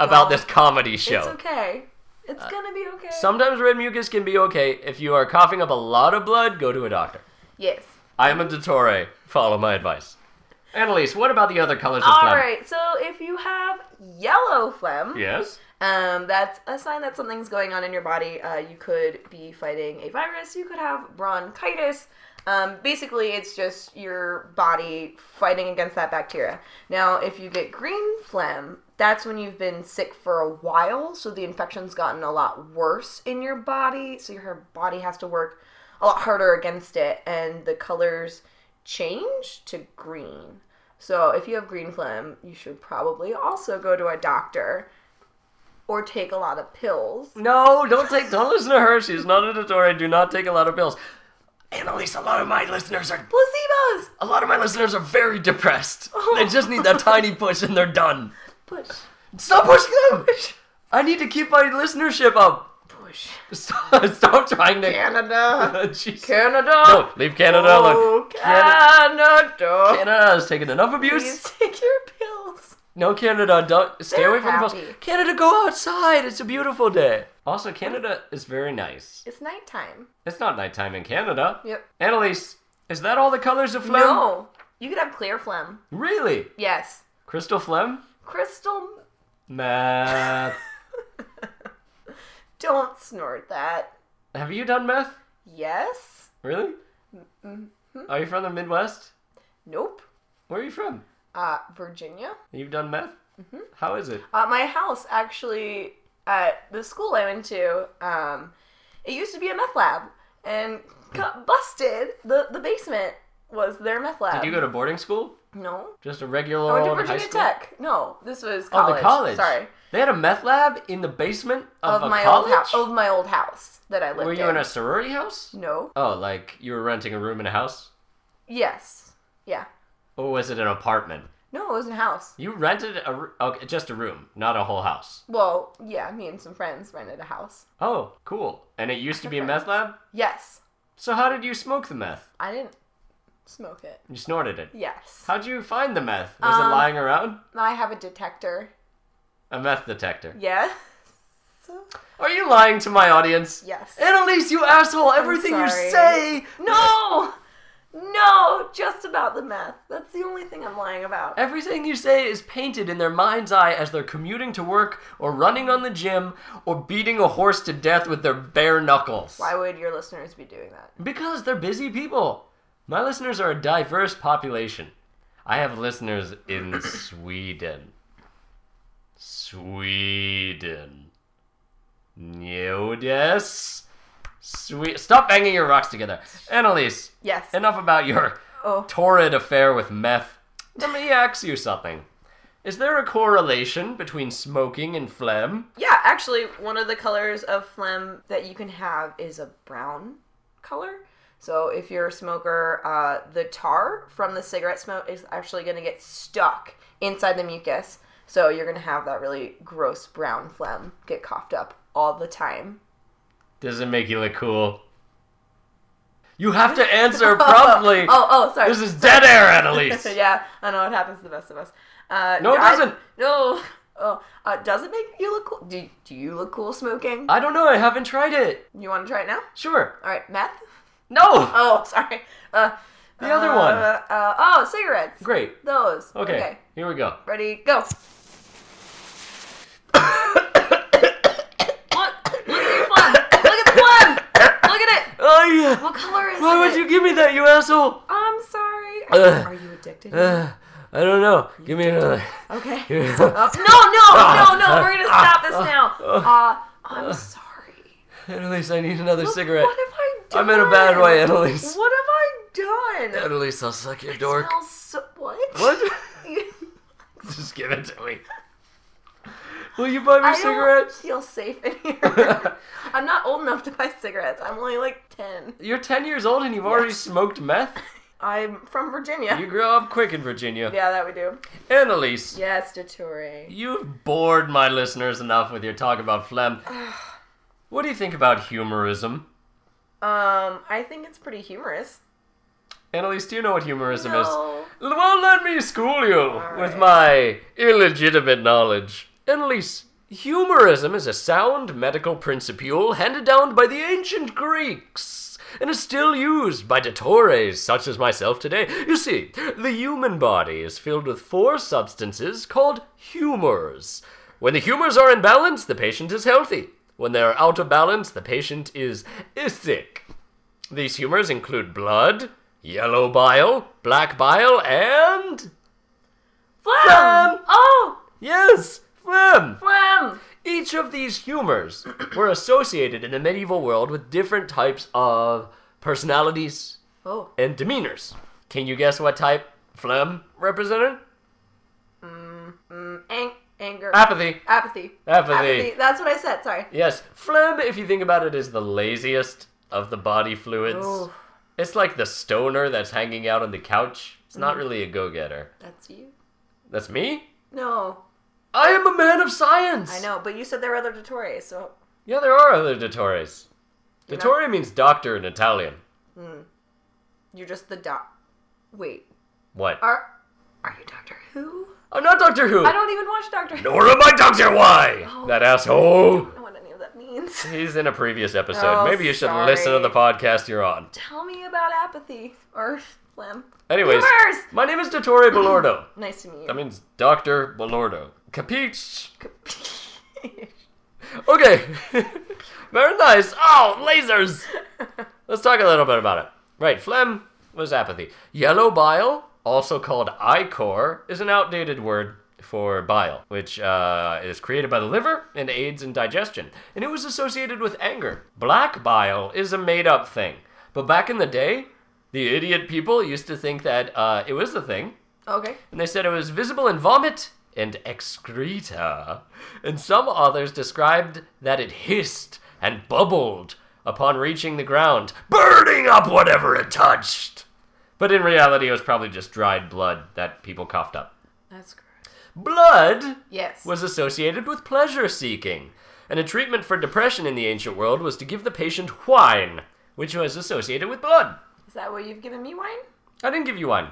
[SPEAKER 1] about
[SPEAKER 3] No.
[SPEAKER 1] this comedy show.
[SPEAKER 3] It's okay. It's
[SPEAKER 1] Uh,
[SPEAKER 3] gonna be okay.
[SPEAKER 1] Sometimes red mucus can be okay. If you are coughing up a lot of blood, go to a doctor.
[SPEAKER 3] yes.
[SPEAKER 1] I am a Dottore. Follow my advice. Annalise, what about the other colors of
[SPEAKER 3] All
[SPEAKER 1] phlegm?
[SPEAKER 3] right. So if you have yellow phlegm.
[SPEAKER 1] Yes.
[SPEAKER 3] Um, that's a sign that something's going on in your body. Uh, you could be fighting a virus. You could have bronchitis. Um, basically, it's just your body fighting against that bacteria. Now, if you get green phlegm, that's when you've been sick for a while. So the infection's gotten a lot worse in your body. So your body has to work a lot harder against it. And the colors change to green. So if you have green phlegm, you should probably also go to a doctor or take a lot of pills.
[SPEAKER 1] No, don't take. Don't listen to her. She's not a Dottore. Do not take a lot of pills. Annalise, a lot of my listeners are
[SPEAKER 3] Placebos!
[SPEAKER 1] A lot of my listeners are very depressed. They just need that tiny push and they're done.
[SPEAKER 3] Push,
[SPEAKER 1] Stop pushing them! I need to keep my listenership up.
[SPEAKER 3] push.
[SPEAKER 1] Stop, stop trying to.
[SPEAKER 3] Canada!
[SPEAKER 1] Jeez.
[SPEAKER 3] Canada!
[SPEAKER 1] No, leave Canada
[SPEAKER 3] Oh,
[SPEAKER 1] alone. Canada,
[SPEAKER 3] Canada!
[SPEAKER 1] Canada has taken enough abuse.
[SPEAKER 3] Please take your pills.
[SPEAKER 1] No, Canada, don't stay
[SPEAKER 3] They're
[SPEAKER 1] away from the
[SPEAKER 3] happy.
[SPEAKER 1] post. Canada, go outside. It's a beautiful day. Also, Canada is very nice.
[SPEAKER 3] It's nighttime.
[SPEAKER 1] It's not nighttime in Canada.
[SPEAKER 3] Yep.
[SPEAKER 1] Annalise, is that all the colors of phlegm?
[SPEAKER 3] No! You could have clear phlegm.
[SPEAKER 1] Really?
[SPEAKER 3] Yes.
[SPEAKER 1] Crystal phlegm?
[SPEAKER 3] Crystal,
[SPEAKER 1] Math.
[SPEAKER 3] don't snort that.
[SPEAKER 1] Have you done meth?
[SPEAKER 3] Yes? Mm-hmm.
[SPEAKER 1] Really? Are you from the Midwest?
[SPEAKER 3] Nope.
[SPEAKER 1] Where are you from?
[SPEAKER 3] Uh, Virginia.
[SPEAKER 1] You've done math? How is it?
[SPEAKER 3] Uh, my house actually at the school I went to, um, it used to be a meth lab and got busted. The the basement was their meth lab.
[SPEAKER 1] Did you go to boarding school?
[SPEAKER 3] No.
[SPEAKER 1] Just a regular
[SPEAKER 3] I went Oh, to
[SPEAKER 1] old Oh, high
[SPEAKER 3] Virginia
[SPEAKER 1] school?
[SPEAKER 3] Tech. No, this was
[SPEAKER 1] Oh,
[SPEAKER 3] college.
[SPEAKER 1] the college.
[SPEAKER 3] Sorry.
[SPEAKER 1] They had a meth lab in the basement of,
[SPEAKER 3] Of,
[SPEAKER 1] a
[SPEAKER 3] my
[SPEAKER 1] college?
[SPEAKER 3] old house. Of my old house that I lived
[SPEAKER 1] Were you in a sorority house?
[SPEAKER 3] No.
[SPEAKER 1] Oh, like you were renting a room in a house?
[SPEAKER 3] Yes. Yeah.
[SPEAKER 1] Or was it an apartment?
[SPEAKER 3] No, it was in a house.
[SPEAKER 1] You rented a r- okay, just a room, not a whole house.
[SPEAKER 3] Well, yeah, me and some friends rented a house.
[SPEAKER 1] Oh, cool. And it used to be a meth lab?
[SPEAKER 3] Yes.
[SPEAKER 1] So how did you smoke the meth?
[SPEAKER 3] I didn't smoke it.
[SPEAKER 1] You snorted it.
[SPEAKER 3] Yes.
[SPEAKER 1] How'd you find the meth? Was it
[SPEAKER 3] Um,
[SPEAKER 1] lying around?
[SPEAKER 3] I have a detector.
[SPEAKER 1] A meth detector.
[SPEAKER 3] Yes.
[SPEAKER 1] Are you lying to my audience?
[SPEAKER 3] Yes.
[SPEAKER 1] Annalise, you asshole! Everything you
[SPEAKER 3] sorry.
[SPEAKER 1] say!
[SPEAKER 3] No! No! Just about the meth. That's the only thing I'm lying about.
[SPEAKER 1] Everything you say is painted in their mind's eye as they're commuting to work, or running on the gym, or beating a horse to death with their bare knuckles.
[SPEAKER 3] Why would your listeners be doing that?
[SPEAKER 1] Because they're busy people. My listeners are a diverse population. I have listeners in Sweden. Sweden. Notice? Sweet. Stop banging your rocks together. Annalise,
[SPEAKER 3] Yes.
[SPEAKER 1] enough about your
[SPEAKER 3] oh.
[SPEAKER 1] torrid affair with meth. Let me ask you something. Is there a correlation between smoking and phlegm?
[SPEAKER 3] Yeah, actually, one of the colors of phlegm that you can have is a brown color. So if you're a smoker, uh, the tar from the cigarette smoke is actually going to get stuck inside the mucus. So you're going to have that really gross brown phlegm get coughed up all the time.
[SPEAKER 1] Does it make you look cool? You have to answer promptly.
[SPEAKER 3] Oh, oh, sorry.
[SPEAKER 1] This is dead air, Annalise.
[SPEAKER 3] yeah, I know it happens to the best of us. Uh,
[SPEAKER 1] No, it
[SPEAKER 3] I-
[SPEAKER 1] doesn't.
[SPEAKER 3] No. Oh, uh, does it make you look cool? Do, do you look cool smoking?
[SPEAKER 1] I don't know. I haven't tried it.
[SPEAKER 3] you want to try it now?
[SPEAKER 1] Sure.
[SPEAKER 3] All right, meth?
[SPEAKER 1] No.
[SPEAKER 3] Oh, sorry. Uh,
[SPEAKER 1] The other one.
[SPEAKER 3] Uh, uh, oh, cigarettes.
[SPEAKER 1] Great.
[SPEAKER 3] Those.
[SPEAKER 1] Okay, Here we go.
[SPEAKER 3] Ready, go. what? Look at your phlegm. Look at the phlegm. Look at it.
[SPEAKER 1] Oh yeah.
[SPEAKER 3] What color is
[SPEAKER 1] Why
[SPEAKER 3] it?
[SPEAKER 1] would you give me that, you asshole?
[SPEAKER 3] I'm sorry.
[SPEAKER 1] Ugh.
[SPEAKER 3] Are you addicted?
[SPEAKER 1] Uh, I don't know. Give me another.
[SPEAKER 3] okay.
[SPEAKER 1] Give me another.
[SPEAKER 3] Uh, no, no, no, no. We're gonna stop this now. Uh, I'm sorry.
[SPEAKER 1] Annalise, I need another
[SPEAKER 3] Look,
[SPEAKER 1] cigarette.
[SPEAKER 3] What have I done?
[SPEAKER 1] I'm in a bad way, Annalise.
[SPEAKER 3] What have I done?
[SPEAKER 1] Annalise, I'll suck your
[SPEAKER 3] It
[SPEAKER 1] dork.
[SPEAKER 3] smells so- what?
[SPEAKER 1] What? Just give it to me. Will you buy me
[SPEAKER 3] I
[SPEAKER 1] cigarettes?
[SPEAKER 3] don't feel safe in here. I'm not old enough to buy cigarettes. I'm only like 10.
[SPEAKER 1] You're 10 years old and you've already
[SPEAKER 3] Yes.
[SPEAKER 1] smoked meth?
[SPEAKER 3] I'm from Virginia.
[SPEAKER 1] You grow up quick in Virginia.
[SPEAKER 3] yeah, that we do.
[SPEAKER 1] Annalise,
[SPEAKER 3] Yes, Detour.
[SPEAKER 1] You've bored my listeners enough with your talk about phlegm. what do you think about humorism?
[SPEAKER 3] Um, I think it's pretty humorous.
[SPEAKER 1] Annalise, do you know what humorism is?
[SPEAKER 3] No.
[SPEAKER 1] L- Well, let me school you with my illegitimate knowledge. Annalise, humorism is a sound medical principle handed down by the ancient Greeks and is still used by datores such as myself today. You see, the human body is filled with four substances called humors. When the humors are in balance, the patient is healthy. When they are out of balance, the patient is sick. These humors include blood, yellow bile, black bile, and Phlegm.
[SPEAKER 3] Phlegm! Oh!
[SPEAKER 1] yes, phlegm.
[SPEAKER 3] Phlegm!
[SPEAKER 1] Each of these humors were associated in the medieval world with different types of personalities
[SPEAKER 3] Oh.
[SPEAKER 1] and demeanors. Can you guess what type phlegm represented?
[SPEAKER 3] Ang- anger.
[SPEAKER 1] Apathy.
[SPEAKER 3] Apathy.
[SPEAKER 1] Apathy.
[SPEAKER 3] That's what I said, sorry.
[SPEAKER 1] Yes, phlegm, if you think about it, is the laziest of the body fluids.
[SPEAKER 3] Oh,
[SPEAKER 1] It's like the stoner that's hanging out on the couch. It's not really a go getter.
[SPEAKER 3] that's you.
[SPEAKER 1] That's me?
[SPEAKER 3] No,
[SPEAKER 1] I am a man of science!
[SPEAKER 3] I know, but you said there were other Detours, so.
[SPEAKER 1] Yeah, there are other Dottores.
[SPEAKER 3] know-
[SPEAKER 1] Dottore means doctor in Italian.
[SPEAKER 3] You're just the doc. Wait.
[SPEAKER 1] What?
[SPEAKER 3] Are are you Doctor Who?
[SPEAKER 1] I'm not Doctor Who.
[SPEAKER 3] I don't even watch Doctor Who.
[SPEAKER 1] Nor am I Doctor Why.
[SPEAKER 3] Oh.
[SPEAKER 1] That asshole.
[SPEAKER 3] I don't know what any of that means.
[SPEAKER 1] He's in a previous episode.
[SPEAKER 3] Oh,
[SPEAKER 1] Maybe you should
[SPEAKER 3] sorry.
[SPEAKER 1] listen to the podcast you're on.
[SPEAKER 3] Tell me about apathy or phlegm.
[SPEAKER 1] Anyways,
[SPEAKER 3] Humors!
[SPEAKER 1] my name is Dottore Balordo.
[SPEAKER 3] Nice to meet you.
[SPEAKER 1] That means Doctor Balordo. Capiche? Okay. Very nice. Oh, lasers. Let's talk a little bit about it. Right, phlegm was apathy. Yellow bile, also called ichor, is an outdated word for bile, which uh, is created by the liver and aids in digestion. And it was associated with anger. Black bile is a made up thing. But back in the day, the idiot people used to think that uh, it was the thing.
[SPEAKER 3] Okay.
[SPEAKER 1] And they said it was visible in vomit and excreta. And some authors described that it hissed and bubbled upon reaching the ground, burning up whatever it touched. But in reality, it was probably just dried blood that people coughed up.
[SPEAKER 3] That's correct.
[SPEAKER 1] Blood
[SPEAKER 3] Yes.
[SPEAKER 1] was associated with pleasure seeking, and a treatment for depression in the ancient world was to give the patient wine, which was associated with blood.
[SPEAKER 3] Is that what you've given me wine?
[SPEAKER 1] I didn't give you wine.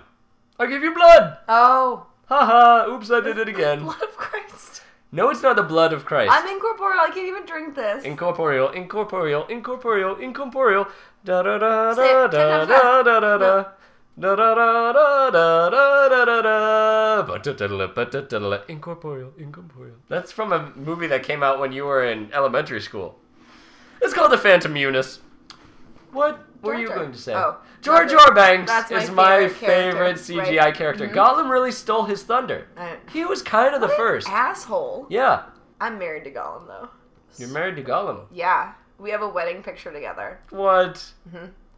[SPEAKER 1] I gave you blood.
[SPEAKER 3] Oh.
[SPEAKER 1] Haha, oops, I did it again.
[SPEAKER 3] Blood of Christ.
[SPEAKER 1] No, it's not the blood of Christ.
[SPEAKER 3] I'm incorporeal. I can't even drink this.
[SPEAKER 1] Incorporeal, incorporeal, incorporeal, incorporeal. Da da da
[SPEAKER 3] Say
[SPEAKER 1] da
[SPEAKER 3] it
[SPEAKER 1] da da
[SPEAKER 3] ten times
[SPEAKER 1] da da da da. Da da da da da da da da da. Ba-da-da-da-da, ba-da-da-da-da. Incorporeal, incorporeal. That's from a movie that came out when you were in elementary school. It's called The Phantom Eunice. What were you
[SPEAKER 3] George R-
[SPEAKER 1] going to say?
[SPEAKER 3] oh,
[SPEAKER 1] George
[SPEAKER 3] that's-
[SPEAKER 1] R. Banks
[SPEAKER 3] that's my
[SPEAKER 1] is my
[SPEAKER 3] favorite character,
[SPEAKER 1] favorite CGI
[SPEAKER 3] right. Mm-hmm.
[SPEAKER 1] character. Gollum really stole his thunder.
[SPEAKER 3] I-
[SPEAKER 1] He was kind of the
[SPEAKER 3] What an
[SPEAKER 1] first.
[SPEAKER 3] asshole.
[SPEAKER 1] Yeah.
[SPEAKER 3] I'm married to Gollum though.
[SPEAKER 1] You're married to Gollum.
[SPEAKER 3] Yeah. We have a wedding picture together.
[SPEAKER 1] What?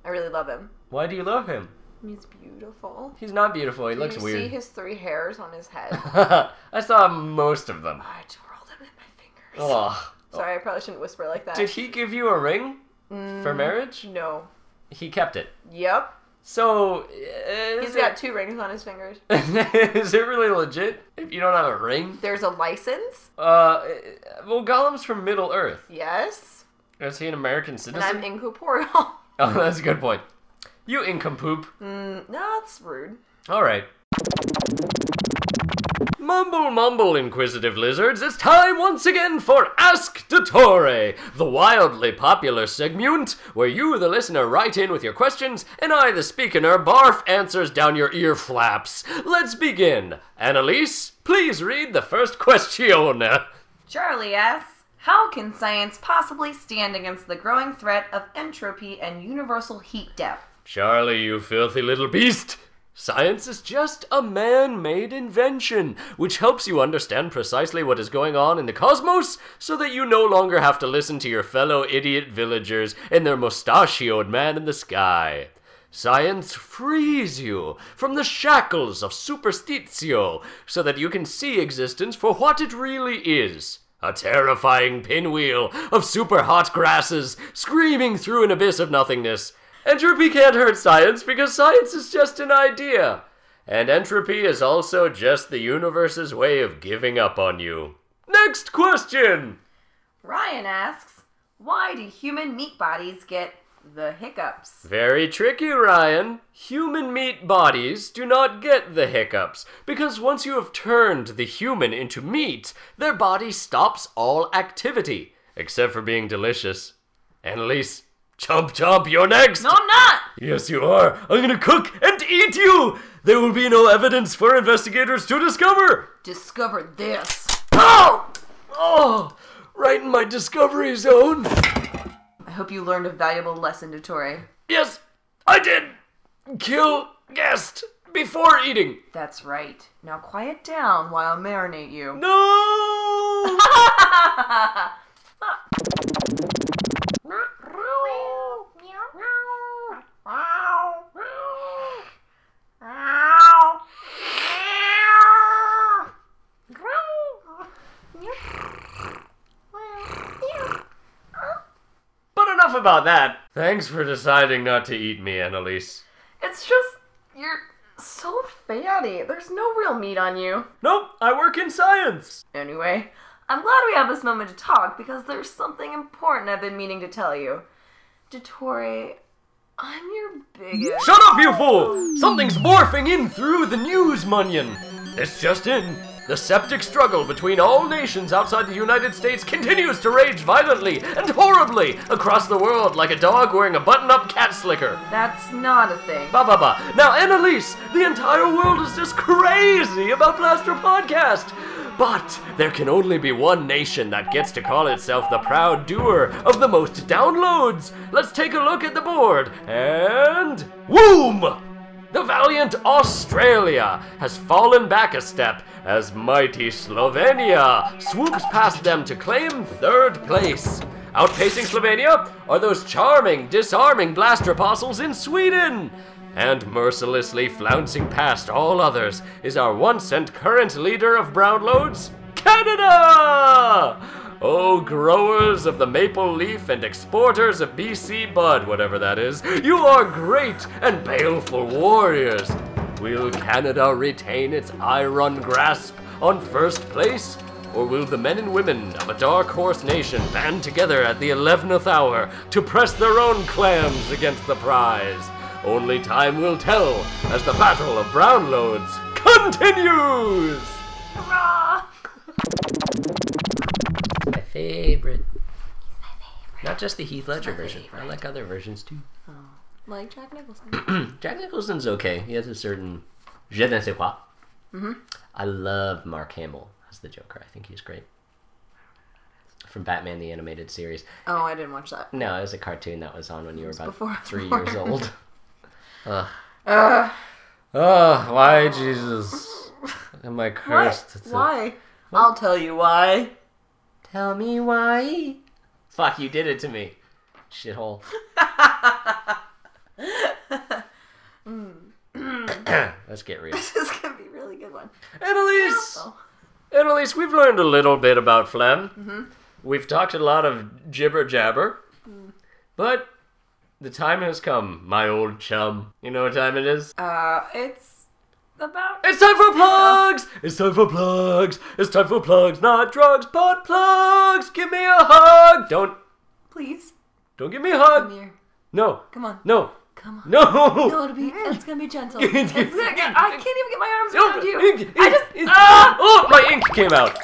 [SPEAKER 3] I really love him.
[SPEAKER 1] Why do you love him?
[SPEAKER 3] He's beautiful.
[SPEAKER 1] He's not beautiful. He
[SPEAKER 3] Do
[SPEAKER 1] looks
[SPEAKER 3] you see
[SPEAKER 1] weird.
[SPEAKER 3] his three hairs on his head?
[SPEAKER 1] I saw most of them.
[SPEAKER 3] I twirled them in my fingers.
[SPEAKER 1] Oh.
[SPEAKER 3] Sorry, I probably shouldn't whisper like that.
[SPEAKER 1] Did he give you a ring
[SPEAKER 3] Mm.
[SPEAKER 1] for marriage?
[SPEAKER 3] no.
[SPEAKER 1] He kept it.
[SPEAKER 3] Yep.
[SPEAKER 1] So, uh,
[SPEAKER 3] He's
[SPEAKER 1] is,
[SPEAKER 3] got two rings on his fingers.
[SPEAKER 1] it, is it really legit if you don't have a ring?
[SPEAKER 3] There's a license.
[SPEAKER 1] Uh, well, Gollum's from Middle Earth.
[SPEAKER 3] Yes.
[SPEAKER 1] Is he an American
[SPEAKER 3] And
[SPEAKER 1] citizen?
[SPEAKER 3] I'm incorporeal.
[SPEAKER 1] Oh, that's a good point. You incompoop.
[SPEAKER 3] Mm, no, that's rude.
[SPEAKER 1] All right. Mumble, mumble, inquisitive lizards, it's time once again for Ask Dottore, the wildly popular segment where you, the listener, write in with your questions and I, the speaker, barf answers down your ear flaps. Let's begin. Annalise, please read the first question.
[SPEAKER 3] Charlie asks, how can science possibly stand against the growing threat of entropy and universal heat death?
[SPEAKER 1] Charlie, you filthy little beast! Science is just a man made invention, which helps you understand precisely what is going on in the cosmos so that you no longer have to listen to your fellow idiot villagers and their mustachioed man in the sky. Science frees you from the shackles of superstitio so that you can see existence for what it really is. A terrifying pinwheel of super hot grasses screaming through an abyss of nothingness. Entropy can't hurt science because science is just an idea. And entropy is also just the universe's way of giving up on you. Next question!
[SPEAKER 3] Ryan asks, why do human meat bodies get the hiccups?
[SPEAKER 1] Very tricky, Ryan. Human meat bodies do not get the hiccups because once you have turned the human into meat, their body stops all activity except for being delicious. Annalise, chomp chomp, you're next!
[SPEAKER 3] No, I'm not!
[SPEAKER 1] Yes, you are. I'm gonna cook and eat you! There will be no evidence for investigators to discover!
[SPEAKER 3] Discovered this.
[SPEAKER 1] Ow! Oh! Right in my discovery zone!
[SPEAKER 3] I hope you learned a valuable lesson, Dottore.
[SPEAKER 1] Yes, I did! Kill guest before eating!
[SPEAKER 3] That's right. Now quiet down while I marinate you.
[SPEAKER 1] No! but enough about that. Thanks for deciding not to eat me, Annalise.
[SPEAKER 3] It's just you're so fatty. There's no real meat on you.
[SPEAKER 1] Nope, I work in science!
[SPEAKER 3] Anyway, I'm glad we have this moment to talk because there's something important I've been meaning to tell you. Dottore, I'm your biggest.
[SPEAKER 1] Shut up, you fool! Something's morphing in through the news, Munyon! This just in. The septic struggle between all nations outside the United States continues to rage violently and horribly across the world like a dog wearing a button up cat slicker.
[SPEAKER 3] That's not a thing.
[SPEAKER 1] Ba ba ba. Now, Annalise, the entire world is just crazy about Blaster Podcast. But there can only be one nation that gets to call itself the proud doer of the most downloads. Let's take a look at the board. And. Womb! The valiant Australia has fallen back a step as mighty Slovenia swoops past them to claim third place. Outpacing Slovenia are those charming, disarming blaster apostles in Sweden. And mercilessly flouncing past all others is our once and current leader of brown loads, Canada! Oh, growers of the maple leaf and exporters of BC bud, whatever that is, you are great and baleful warriors. Will Canada retain its iron grasp on first place? Or will the men and women of a dark horse nation band together at the 11th hour to press their own clams against the prize? Only time will tell as the Battle of Brownloads continues!
[SPEAKER 3] Hurrah!
[SPEAKER 4] My favorite. Not just the Heath Ledger version. I like other versions too.
[SPEAKER 3] Like Jack Nicholson.
[SPEAKER 4] Jack Nicholson's okay. He has a certain je ne sais quoi.
[SPEAKER 3] Mm-hmm.
[SPEAKER 4] I love Mark Hamill as the Joker. I think he's great. From Batman the Animated Series.
[SPEAKER 3] Oh, I didn't watch that.
[SPEAKER 4] No, it was a cartoon that was on when you were about
[SPEAKER 3] before I was
[SPEAKER 4] three
[SPEAKER 3] born.
[SPEAKER 4] years old.
[SPEAKER 3] Uh,
[SPEAKER 1] Ugh, why, Jesus? Am I
[SPEAKER 3] what? Why? I'll tell you why.
[SPEAKER 4] Tell me why. Fuck, you did it to me. Shithole. Let's get real.
[SPEAKER 3] this is gonna be a really good one.
[SPEAKER 1] Annalise!
[SPEAKER 3] Oh.
[SPEAKER 1] Annalise, we've learned a little bit about phlegm. We've talked a lot of jibber jabber. But the time has come, my old chum. You know what time it is?
[SPEAKER 3] Uh, it's about
[SPEAKER 1] It's time for plugs! It's time for plugs! It's time for plugs, not drugs, but plugs! Give me a hug! Don't,
[SPEAKER 3] please.
[SPEAKER 1] don't give me a hug!
[SPEAKER 3] Come here.
[SPEAKER 1] No,
[SPEAKER 3] Come on.
[SPEAKER 1] no,
[SPEAKER 3] Come on. No,
[SPEAKER 1] no!
[SPEAKER 3] it'll be. It's gonna be gentle. It's gonna get, I can't even get my arms
[SPEAKER 1] Oh,
[SPEAKER 3] around you. I just.
[SPEAKER 1] ink.
[SPEAKER 3] Ah!
[SPEAKER 1] Oh, my ink came out!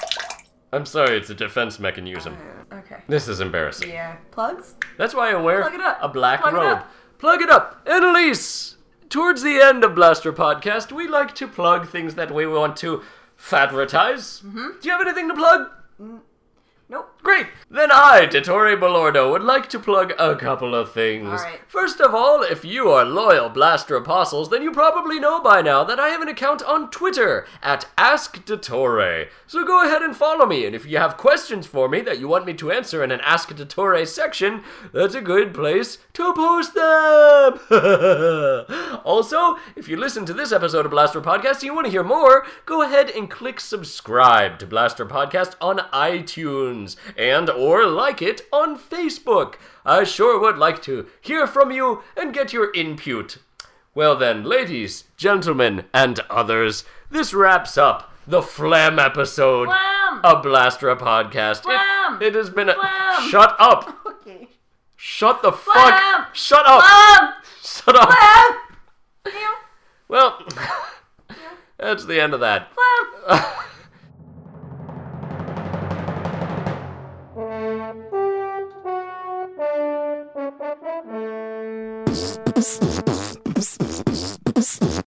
[SPEAKER 1] I'm sorry, it's a defense mechanism.
[SPEAKER 3] Okay.
[SPEAKER 1] This is embarrassing.
[SPEAKER 3] Yeah. Plugs.
[SPEAKER 1] That's why I wear
[SPEAKER 3] Plug it up.
[SPEAKER 1] a black
[SPEAKER 3] Plug it
[SPEAKER 1] robe.
[SPEAKER 3] up.
[SPEAKER 1] Plug it up. Annalise, towards the end of Blaster Podcast, we like to plug things that we want to advertise. Mm-hmm. Do you have anything to plug?
[SPEAKER 3] Nope.
[SPEAKER 1] Great! Then I, Dottore Balordo, would like to plug a couple of things.
[SPEAKER 3] All right.
[SPEAKER 1] First of all, if you are loyal Blaster Apostles, then you probably know by now that I have an account on Twitter at AskDottore. So go ahead and follow me, and if you have questions for me that you want me to answer in an Ask Dottore section, that's a good place to post them! also, if you listen to this episode of Blaster Podcast and you want to hear more, go ahead and click subscribe to Blaster Podcast on iTunes and or like it on Facebook. I sure would like to hear from you and get your input. Well then, ladies, gentlemen, and others, this wraps up the Flam episode
[SPEAKER 3] Flam!
[SPEAKER 1] of Blaster Podcast. It-
[SPEAKER 3] Flam!
[SPEAKER 1] It, has been a
[SPEAKER 3] Flam!
[SPEAKER 1] Shut up!
[SPEAKER 3] Okay.
[SPEAKER 1] Shut the
[SPEAKER 3] Flam!
[SPEAKER 1] fuck! Shut up!
[SPEAKER 3] Um.
[SPEAKER 1] Shut up!
[SPEAKER 3] Um. You.
[SPEAKER 1] Well, that's the end of that.
[SPEAKER 3] Um.